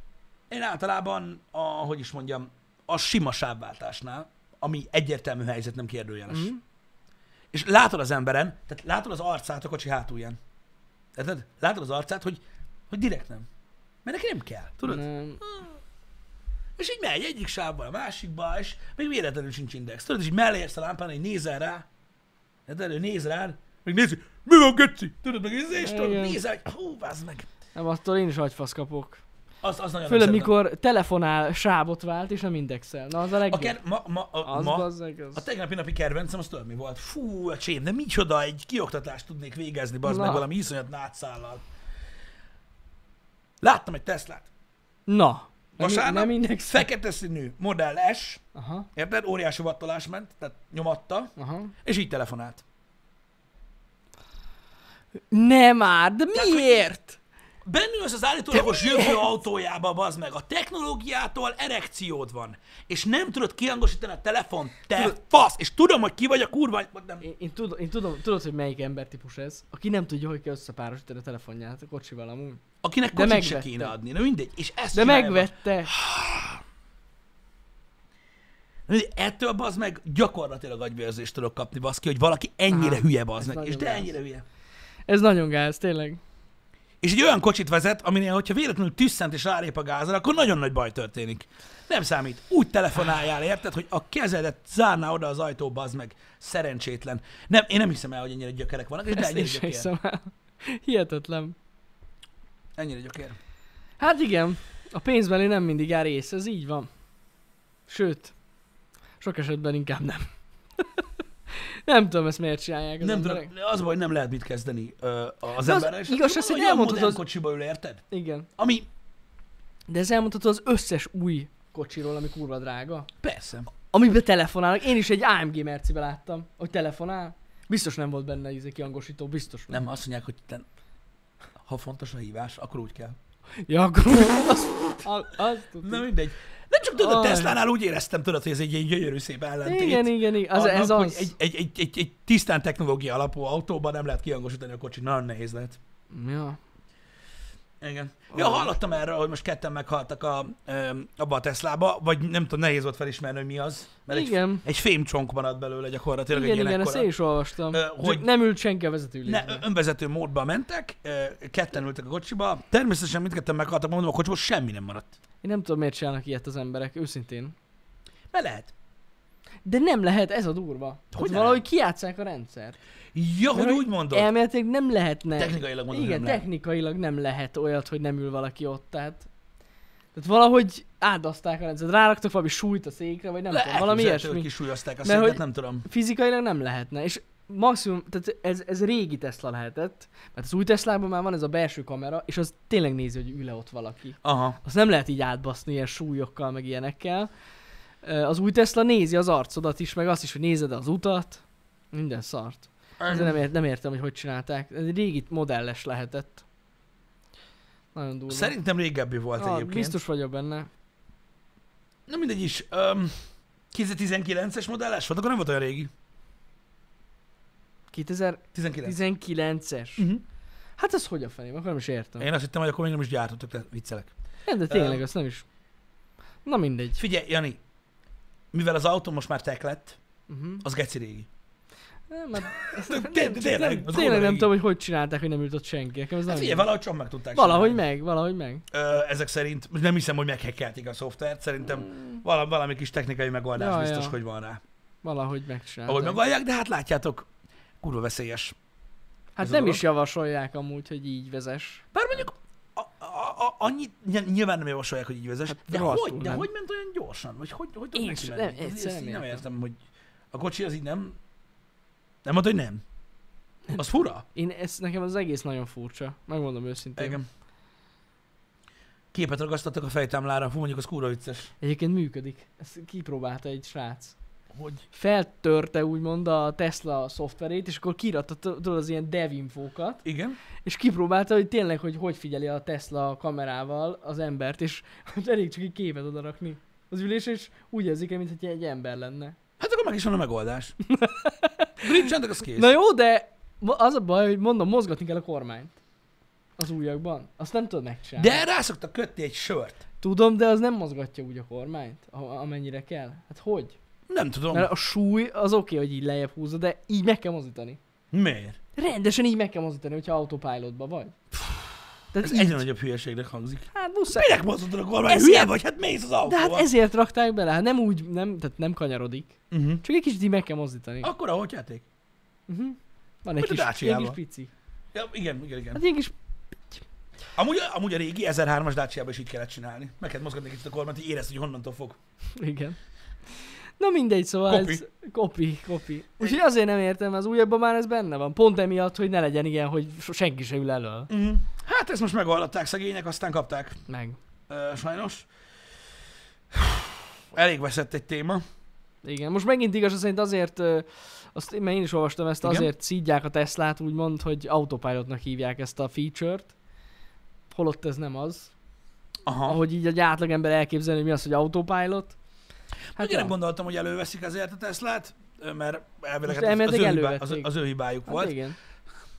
A: Én általában, a, hogy is mondjam, a sima sávváltásnál, ami egyértelmű helyzet, nem kérdőjeles. Mm.
B: Mm.
A: És látod az emberen, tehát látod az arcát a kocsi hátulján. Érted? Látod az arcát, hogy, hogy direkt nem. Mert neki nem kell, tudod? Ne.
B: Nem.
A: És így megy egyik sávba a másikba, és még véletlenül sincs index. Tudod, és így mellé érsz a lámpán, hogy nézel rá, érted, ő néz rád, meg nézi, mi van, Göcci? Tudod, meg nézi, és tudod,
B: Igen.
A: nézel, hogy hú, vázd meg.
B: nem, attól én is agyfasz kapok.
A: Az, az nagyon nem
B: Főleg
A: szeretem.
B: mikor telefonál, sábot vált, és nem indexel. Na, az a legjobb.
A: Akár ma, ma, a,
B: Az,
A: ma,
B: bazzeg, az.
A: A tegnapi napi kedvencem, az tudod mi volt? Fú, a csém, de micsoda, egy kioktatást tudnék végezni, bazd meg
B: Na.
A: valami iszonyat nátszállal. Láttam egy Teslát.
B: Na. Nem,
A: Vasárnap?
B: nem indexel.
A: Fekete színű Model S,
B: Aha,
A: érted? Óriási vattolás ment, tehát nyomatta,
B: aha.
A: és így telefonált.
B: Nem már, de
A: Tehát, hogy-
B: miért?
A: Bennülsz az állítólagos jövő autójába, bazd meg. A technológiától erekciód van. És nem tudod kihangosítani a telefon. Te fasz! És tudom, hogy ki vagy a kurva... vagy Nem.
B: Én, én, tudom, én tudom, tudod, hogy melyik embertípus ez, aki nem tudja, hogy kell összepárosítani a telefonját a kocsival amúgy.
A: Akinek
B: De
A: kocsit se
B: megvette.
A: kéne adni. Na mindegy. És ezt
B: De
A: csinálja meg.
B: megvette.
A: De Ettől az meg gyakorlatilag agyvérzést tudok kapni, baszki, hogy valaki ennyire
B: Á,
A: hülye az
B: ez
A: meg, és
B: nagyon
A: de
B: gáz.
A: ennyire hülye.
B: Ez nagyon gáz, tényleg.
A: És egy olyan kocsit vezet, aminél, hogyha véletlenül tüsszent és rálép a gázra, akkor nagyon nagy baj történik. Nem számít. Úgy telefonáljál, érted, hogy a kezedet zárná oda az ajtóba, az meg szerencsétlen. Nem, én nem hiszem el, hogy ennyire gyökerek vannak, és de
B: Ezt én
A: ennyire
B: sem
A: gyökér.
B: hiszem el. Hihetetlen.
A: Ennyire gyökér.
B: Hát igen, a pénzbeli nem mindig jár ész, ez így van. Sőt, sok esetben inkább nem. nem tudom ezt miért csinálják az
A: Nem
B: emberek.
A: tudom, az a baj, nem lehet mit kezdeni ö, az
B: De az
A: emberrel. és
B: igaz
A: akkor
B: az,
A: olyan
B: hogy
A: modern
B: elmondhatod az-
A: kocsiba ül, érted?
B: Igen.
A: Ami
B: De ez elmondható az összes új kocsiról, ami kurva drága.
A: Persze.
B: Amiben telefonálnak. Én is egy AMG mercibe láttam, hogy telefonál. Biztos nem volt benne izé kiangosító, biztos nem.
A: Nem, azt mondják, hogy te, ha fontos a hívás, akkor úgy kell.
B: Ja, akkor azt, azt, azt tudni.
A: Na mindegy. Nem csak tudod, a
B: Aj.
A: Teslánál úgy éreztem, tudod, hogy ez egy ilyen gyönyörű szép ellentét.
B: Igen, igen, igen. Az, ez
A: annak,
B: az.
A: Hogy egy, egy, egy, egy, egy, tisztán technológia alapú autóban nem lehet kihangosítani a kocsit, nagyon nehéz lehet.
B: Ja.
A: Igen. Ja, hallottam erről, hogy most ketten meghaltak a, ö, abba a Teslába, vagy nem tudom, nehéz volt felismerni, hogy mi az. Mert egy,
B: igen,
A: egy fémcsonk maradt belőle gyakorlatilag
B: igen,
A: egy
B: igen,
A: ilyen
B: ezt
A: ekkora.
B: én is olvastam.
A: Ö,
B: hogy
A: hogy-
B: nem ült senki a vezetőülésbe.
A: Ne, ö- önvezető módba mentek, ö, ketten ültek a kocsiba, természetesen mindketten meghaltak, mondom, a kocsiból semmi nem maradt.
B: Én nem tudom, miért csinálnak ilyet az emberek, őszintén.
A: Be lehet.
B: De nem lehet, ez a durva. Hogy
A: Hogy ne
B: valahogy
A: lehet?
B: kiátszák a rendszert.
A: Ja, hogy
B: Mert
A: úgy mondod.
B: Elméletileg nem lehetne.
A: Technikailag mondod, hogy
B: Igen,
A: nem lehet.
B: technikailag nem lehet olyat, hogy nem ül valaki ott, tehát... Tehát valahogy áldozták a rendszert, ráraktak valami súlyt a székre, vagy nem
A: Le-
B: tudom, valami
A: elképzelhető,
B: ilyesmi.
A: hogy Kisúlyozták a
B: Mert
A: széket,
B: hogy-
A: nem tudom.
B: Fizikailag nem lehetne, és maximum, tehát ez, ez régi Tesla lehetett, mert az új Teslában már van ez a belső kamera, és az tényleg nézi, hogy ül-e ott valaki.
A: Aha.
B: Azt nem lehet így átbaszni ilyen súlyokkal, meg ilyenekkel. Ö, Az új Tesla nézi az arcodat is, meg azt is, hogy nézed az utat. Minden szart. Ez nem, ért, nem értem, hogy hogy csinálták. Ez egy régi modelles lehetett. Nagyon durva.
A: Szerintem régebbi volt
B: Ah,
A: egyébként.
B: Biztos vagyok benne.
A: Na mindegy is. Um, 2019-es modelles volt, akkor nem volt olyan régi. 19.
B: 2019-es.
A: Uh-huh.
B: Hát ez hogy a feném? Akkor nem is értem.
A: Én azt hittem, hogy akkor még nem is gyártottak, de viccelek.
B: Nem, de tényleg, azt nem is. Na mindegy.
A: Figyelj, Jani, mivel az autó most már tek lett,
B: Uh-huh.
A: az geci régi. Hát
B: Nem, mert ezt
A: Te-
B: nem,
A: te-
B: csak
A: Mhm. tényleg,
B: nem,
A: az
B: tényleg nem
A: órai.
B: tudom, hogy hogy csinálták, hogy nem jutott senki. Nekem
A: Hát
B: ez nagyon
A: figyelj,
B: durva.
A: valahogy csak meg tudták
B: Valahogy
A: csinálni.
B: meg, valahogy meg.
A: Ö, ezek szerint, most nem hiszem, hogy meghekkelték a szoftvert, szerintem valami, valami kis technikai megoldás
B: Mm. Ja,
A: ja, biztos,
B: ja. Hát
A: ja. hogy van rá.
B: Valahogy megcsinálták.
A: Ahogy megoldják, de hát látjátok, kurva veszélyes.
B: Hát
A: Ez a
B: nem
A: dolog.
B: is javasolják amúgy, hogy így vezess.
A: Bár mondjuk a, a, a, annyi, ny- nyilván nem javasolják, hogy így vezess,
B: Hát
A: hát de,
B: rohadtul
A: hogy, de
B: nem.
A: hogy ment olyan gyorsan? Vagy hogy, hogy tudod
B: Én
A: neki
B: sem-
A: menni?
B: nem,
A: Ez-
B: egyszerűen
A: ezt így
B: nem
A: nem
B: értem.
A: értem, hogy a kocsi az így nem... Nem mondta, hogy nem. Az fura.
B: Én ez, nekem az egész nagyon furcsa. Megmondom őszintén.
A: Igen. Képet ragasztottak a fejtámlára, fú, mondjuk az kurva vicces.
B: Egyébként működik. Ezt kipróbálta egy srác.
A: Hogy?
B: Feltörte úgymond a Tesla szoftverét, és akkor kiratta t- tudod az ilyen dev infókat,
A: Igen.
B: és kipróbálta, hogy tényleg, hogy hogy figyeli a Tesla kamerával az embert, és elég csak egy képet odarakni az ülés, és úgy érzik, mintha egy ember lenne.
A: Hát akkor meg is van a megoldás. Grincsentek, az kész.
B: Na jó, de ma- az a baj, hogy mondom, mozgatni kell a kormányt. Az újakban. Azt nem tudod megcsinálni.
A: De rá szoktak kötni egy sört.
B: Tudom, de az nem mozgatja úgy a kormányt, a- amennyire kell. Hát hogy?
A: Nem tudom.
B: Mert a súly az oké, hogy így lejjebb húzza, de így meg kell mozdítani.
A: Miért?
B: Rendesen így meg kell mozdítani, hogyha autopilotba vagy. Tehát
A: Ez
B: így,
A: egyre nagyobb hülyeségnek hangzik.
B: hát muszáj.
A: Minek mozdulod a kormány?
B: Ez
A: Hülye
B: ilyen-
A: vagy? Hát mész az autóval.
B: De hát ezért rakták bele, hát nem úgy, nem, tehát nem kanyarodik.
A: Uh-huh.
B: Csak egy kicsit így meg kell mozdítani.
A: Akkor a játék.
B: Uh-huh. Van egy
A: Ah. Mint a
B: kis, egy
A: Dacia-ban.
B: kis pici.
A: Ja, igen, igen, igen.
B: Hát egy kis,
A: Amúgy, amúgy a régi 1003-as Dacia-ban is így kellett csinálni. Meg kellett mozgatni egy kicsit a kormányt, hogy érezd, hogy honnantól fog.
B: igen. Na mindegy, szóval
A: Kopi.
B: ez... Kopi, kopi. Úgyhogy azért nem értem, az újabban már ez benne van. Pont emiatt, hogy ne legyen ilyen, hogy so- senki se ül elől.
A: Uh-huh. Hát ezt most megoldották szegények, aztán kapták.
B: Meg.
A: Ö, sajnos. Elég veszett egy téma.
B: Igen, most megint igaz, az szerint azért, ö, azt én, mert én is olvastam ezt,
A: Igen.
B: azért szídják a Teslát, úgymond, hogy autopilotnak hívják ezt a feature-t, holott ez nem az.
A: Aha.
B: Ahogy így egy átlagember elképzelni, hogy mi az, hogy autopilot.
A: Hát
B: Hát
A: Ugye
B: nem.
A: nem gondoltam, hogy előveszik ezért a Teslát, ö, mert elvileg
B: Most
A: hát az, az,
B: elméletileg
A: ő hibá, az,
B: elővették.
A: az ő hibájuk
B: hát
A: volt.
B: igen.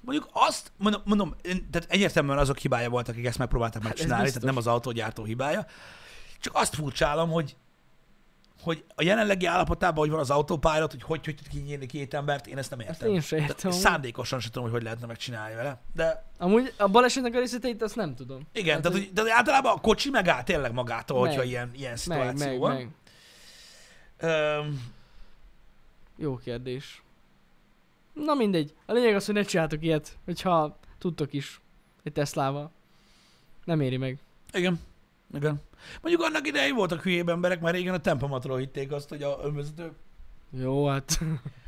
A: Mondjuk azt, mondom, mondom én- tehát egyértelműen azok hibája volt, akik ezt megpróbálták
B: Hát ez
A: megcsinálni, tehát
B: biztos.
A: nem az autógyártó hibája. Csak azt furcsálom, hogy hogy a jelenlegi állapotában, hogy van az autopilot, hogy hogy, hogy tud kinyírni két embert, én ezt nem
B: Ezt
A: értem.
B: én se értem.
A: Tehát Szándékosan sem tudom, hogy hogy lehetne megcsinálni vele. De
B: Amúgy a balesetnek a részleteit azt nem tudom.
A: igen,
B: Hát,
A: tehát,
B: hogy-
A: hogy, tehát általában a kocsi megáll tényleg magától,
B: Meg.
A: hogyha ilyen, ilyen
B: Meg,
A: szituáció
B: meg,
A: van.
B: meg.
A: Öm,
B: Jó kérdés. Na mindegy. A lényeg az, hogy ne csináltok ilyet, hogyha tudtok is egy Teslával. Nem éri meg.
A: Igen. Igen. Mondjuk annak idején voltak hülyébb emberek, már régen a tempomatról hitték azt, hogy a önvezető
B: Jó, hát.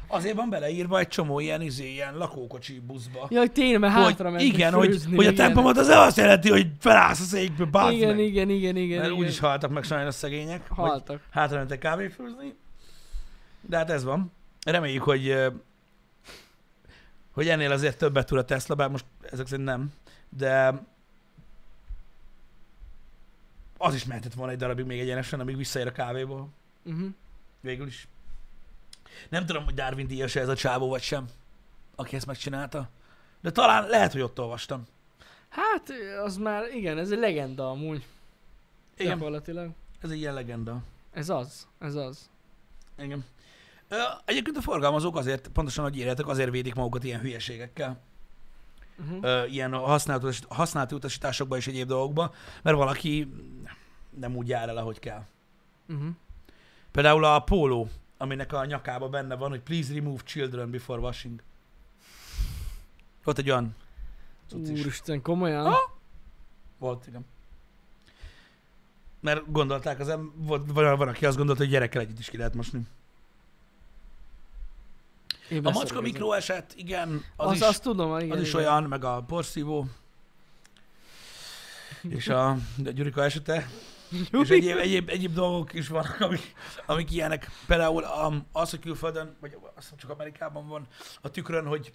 A: Azért van beleírva egy csomó ilyen, izé, ilyen lakókocsi buszba.
B: Jaj, tényleg, mert
A: hogy,
B: hátra mentünk
A: igen,
B: főzni,
A: hogy, hogy a
B: igen.
A: tempomat az azt jelenti, hogy felállsz a székből, bazd
B: Igen,
A: meg.
B: igen, igen, igen,
A: Mert
B: igen.
A: úgyis haltak meg sajnos szegények. hogy
B: Haltak.
A: Hátra mentek kávéfőzni. De hát ez van. Reméljük, hogy, ö, hogy ennél azért többet tud a Tesla, bár most ezek szerint nem. De az is mehetett volna egy darabig még egyenesen, amíg visszaér a kávéból.
B: Uh-huh.
A: Végül is. Nem tudom, hogy Darwin díjas -e ez a csávó vagy sem, aki ezt megcsinálta. De talán lehet, hogy ott olvastam.
B: Hát, az már, igen, ez egy legenda amúgy.
A: Igen,
B: Gyakorlatilag.
A: ez egy ilyen legenda.
B: Ez az, ez az.
A: Igen. Ö, Egyébként a forgalmazók azért, pontosan, hogy írjátok, azért védik magukat ilyen hülyeségekkel,
B: Uh-huh.
A: ö, ilyen használati, utas- használati utasításokba és egyéb dolgokba, mert valaki nem úgy jár el, ahogy kell.
B: Uh-huh.
A: Például a póló, aminek a nyakába benne van, hogy please remove children before washing. Volt egy olyan cucc is.
B: Úristen, komolyan?
A: Ha? Volt, igen. Mert gondolták az em- volt, van, van, aki azt gondolta, hogy gyerekkel együtt is ki lehet mosni.
B: Én
A: A
B: beszorgozom.
A: macska mikró eset, igen, az,
B: Az,
A: az is,
B: azt tudom, igen.
A: az is
B: igen.
A: olyan, meg a porszívó. És a, a Gyurika esete. És egyéb, egyéb, egyéb dolgok is vannak, amik, amik ilyenek. Például um, az, hogy külföldön, vagy azt hiszem csak Amerikában van a tükrön, hogy,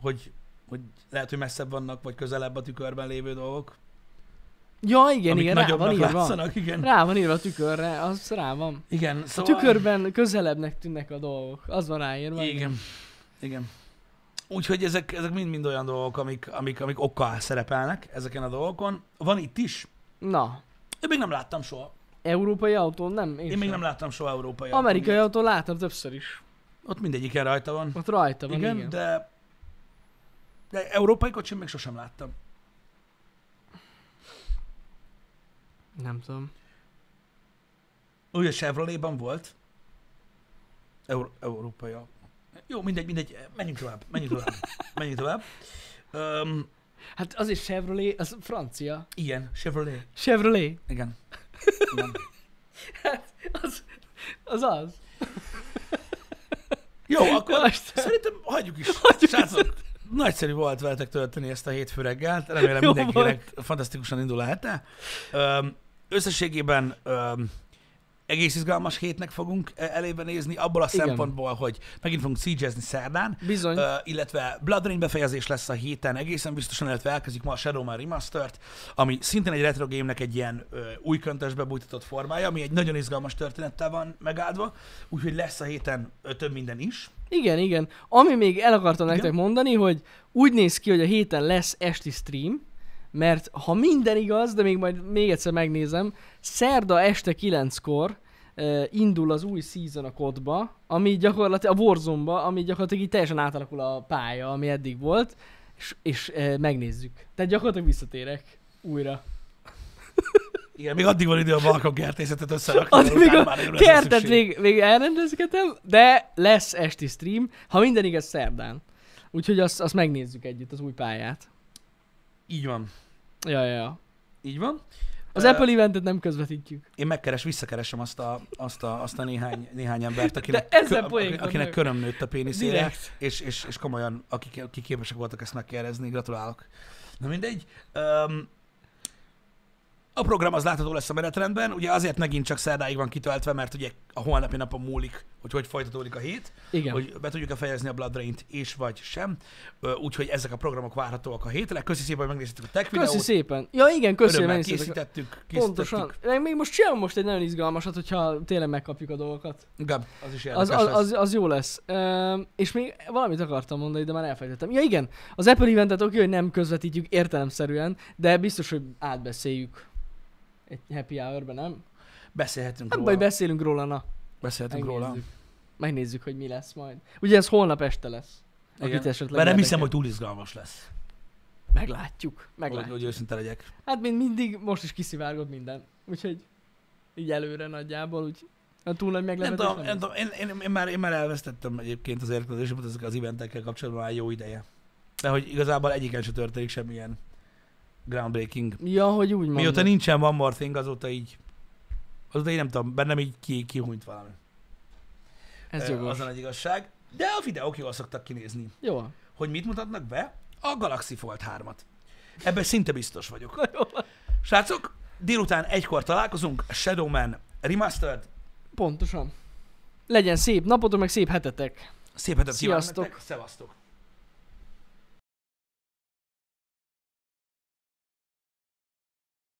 A: hogy, hogy lehet, hogy messzebb vannak, vagy közelebb a tükörben lévő dolgok.
B: Ja, igen,
A: amik
B: igen, rá van
A: nagyobbnak
B: írva.
A: látszanak, igen.
B: Rá van írva a tükörre, az rá van.
A: Igen,
B: A
A: szóval...
B: tükörben közelebbnek tűnnek a dolgok. Az van ráírva.
A: Igen. Igen. Úgyhogy ezek, ezek mind-mind olyan dolgok, amik, amik, amik okkal szerepelnek ezeken a dolgokon. Van itt is.
B: Na,
A: Én még nem láttam soha.
B: európai autó nem? Én,
A: Én
B: sem.
A: még nem láttam soha európai
B: Amerikai
A: autót.
B: autó láttam többször is.
A: Ott mindegyiken rajta van.
B: Ott rajta van,
A: igen,
B: igen.
A: igen, de... De európai kocsin még sosem láttam.
B: Nem tudom.
A: Ugye Chevroletban volt. Euró- európai autó. Jó, mindegy, mindegy. Menjünk tovább. Menjünk tovább. Menjünk tovább. Um,
B: Hát az is Chevrolet, az francia.
A: igen, Chevrolet.
B: Chevrolet.
A: Igen. igen.
B: Az az. az.
A: Jó, akkor
B: Aztán-
A: Szerintem hagyjuk is.
B: Hagyjuk
A: Srácok, nagyszerű volt veletek tölteni ezt a hétfő reggelt. Remélem
B: Jó
A: mindenkinek fantasztikusan indul a hete. Öm, Összességében öm, egész izgalmas hétnek fogunk e- elébe nézni, abból a
B: Igen. Hm.
A: szempontból, hogy megint fogunk siegezni szerdán,
B: Bizony.
A: ö, illetve Blood Rain befejezés lesz a héten egészen biztosan, illetve elkezdjük ma a Shadowman Remastered, ami szintén egy retro game-nek egy ilyen ö, új köntösbe bújtatott formája, ami egy nagyon izgalmas történettel van megáldva, úgyhogy lesz a héten ö, több minden is.
B: Igen, igen. Ami még el akartam
A: Igen?
B: nektek mondani, hogy úgy néz ki, hogy a héten lesz esti stream, mert ha minden igaz, de még majd még egyszer megnézem, szerda este 9-kor uh, indul az új season a kodba, ami gyakorlatilag, a Warzone-ba, ami gyakorlatilag így teljesen átalakul a pálya, ami eddig volt, és, és uh, megnézzük. Tehát gyakorlatilag visszatérek újra.
A: Igen, még addig van idő a Balkan kertészetet összerakni.
B: Addig
A: mert
B: még
A: utána
B: a
A: már nem lesz rá
B: kertet
A: szükség.
B: még, még elrendezgetem, de lesz esti stream, ha minden igaz szerdán. Úgyhogy azt, azt megnézzük együtt, az új pályát.
A: Így van.
B: Ja, ja, ja.
A: Így van.
B: Az
A: Ö,
B: Apple eventet nem közvetítjük.
A: Én megkeres, visszakeresem azt a, azt a, azt a néhány, néhány embert, akinek,
B: De ezzel
A: kö-
B: poénkodnak.
A: akinek köröm nőtt a péniszére,
B: Direkt.
A: és, és, és komolyan, akik, akik képesek voltak ezt megkérdezni, gratulálok. Na mindegy. Um, a program az látható lesz a menetrendben, ugye azért megint csak szerdáig van kitöltve, mert ugye a holnapi napon múlik, hogy hogy folytatódik a hét.
B: Igen. Hogy...
A: hogy be tudjuk-e fejezni a Blood Rain-t, és vagy sem. Ö, Úgyhogy ezek a programok várhatóak a hétre. Köszi szépen, hogy megnéztétek a tech
B: Köszi
A: videót.
B: szépen. Ja, igen, köszönöm,
A: Örömmel
B: megnéztétek.
A: készítettük,
B: Pontosan.
A: készítettük.
B: Meg még most csinálom most egy nagyon izgalmasat, hogyha tényleg megkapjuk a dolgokat.
A: Gab, az is
B: Az,
A: érdekes
B: az,
A: lesz.
B: az, az, jó lesz. Üm, és még valamit akartam mondani, de már elfelejtettem. Ja igen, az Apple eventet oké, hogy nem közvetítjük értelemszerűen, de biztos, hogy átbeszéljük egy happy hour-ben, nem?
A: Beszélhetünk
B: Hát
A: róla.
B: majd beszélünk róla, na.
A: Beszélhetünk róla.
B: Megnézzük. Megnézzük, hogy mi lesz majd. Ugye ez holnap este lesz.
A: Igen.
B: Akit esetleg
A: Bár nem
B: érdekel.
A: hiszem, hogy túl izgalmas lesz.
B: Meglátjuk.
A: Hogy,
B: Meglátjuk.
A: hogy őszinte legyek.
B: Hát mint mindig, most is kiszivárgod minden. Úgyhogy így előre nagyjából, úgy a túl nagy
A: Nem
B: meglepetés
A: tudom,
B: nem
A: nem
B: lesz.
A: tudom én, én, én, már, én már elvesztettem egyébként az érdeklődésemet ezek az eventekkel kapcsolatban már jó ideje. De hogy igazából egyiken se történik semmilyen groundbreaking.
B: Ja, hogy úgy mondod.
A: Mióta nincsen One More Thing, azóta így, azóta én nem tudom, bennem így ki, kihúnyt valami.
B: Ez
A: Ö,
B: jogos.
A: Az a nagy igazság. De a videók jól szoktak kinézni.
B: Jó. van.
A: Hogy mit mutatnak be? A Galaxy Fold 3-at. Ebben szinte biztos vagyok.
B: Na, jó van.
A: Srácok, délután egykor találkozunk, Shadowman Remastered.
B: Pontosan. Legyen szép napotok, meg szép hetetek.
A: Szép hetet kívánok
B: Sziasztok.
A: nektek, szevasztok!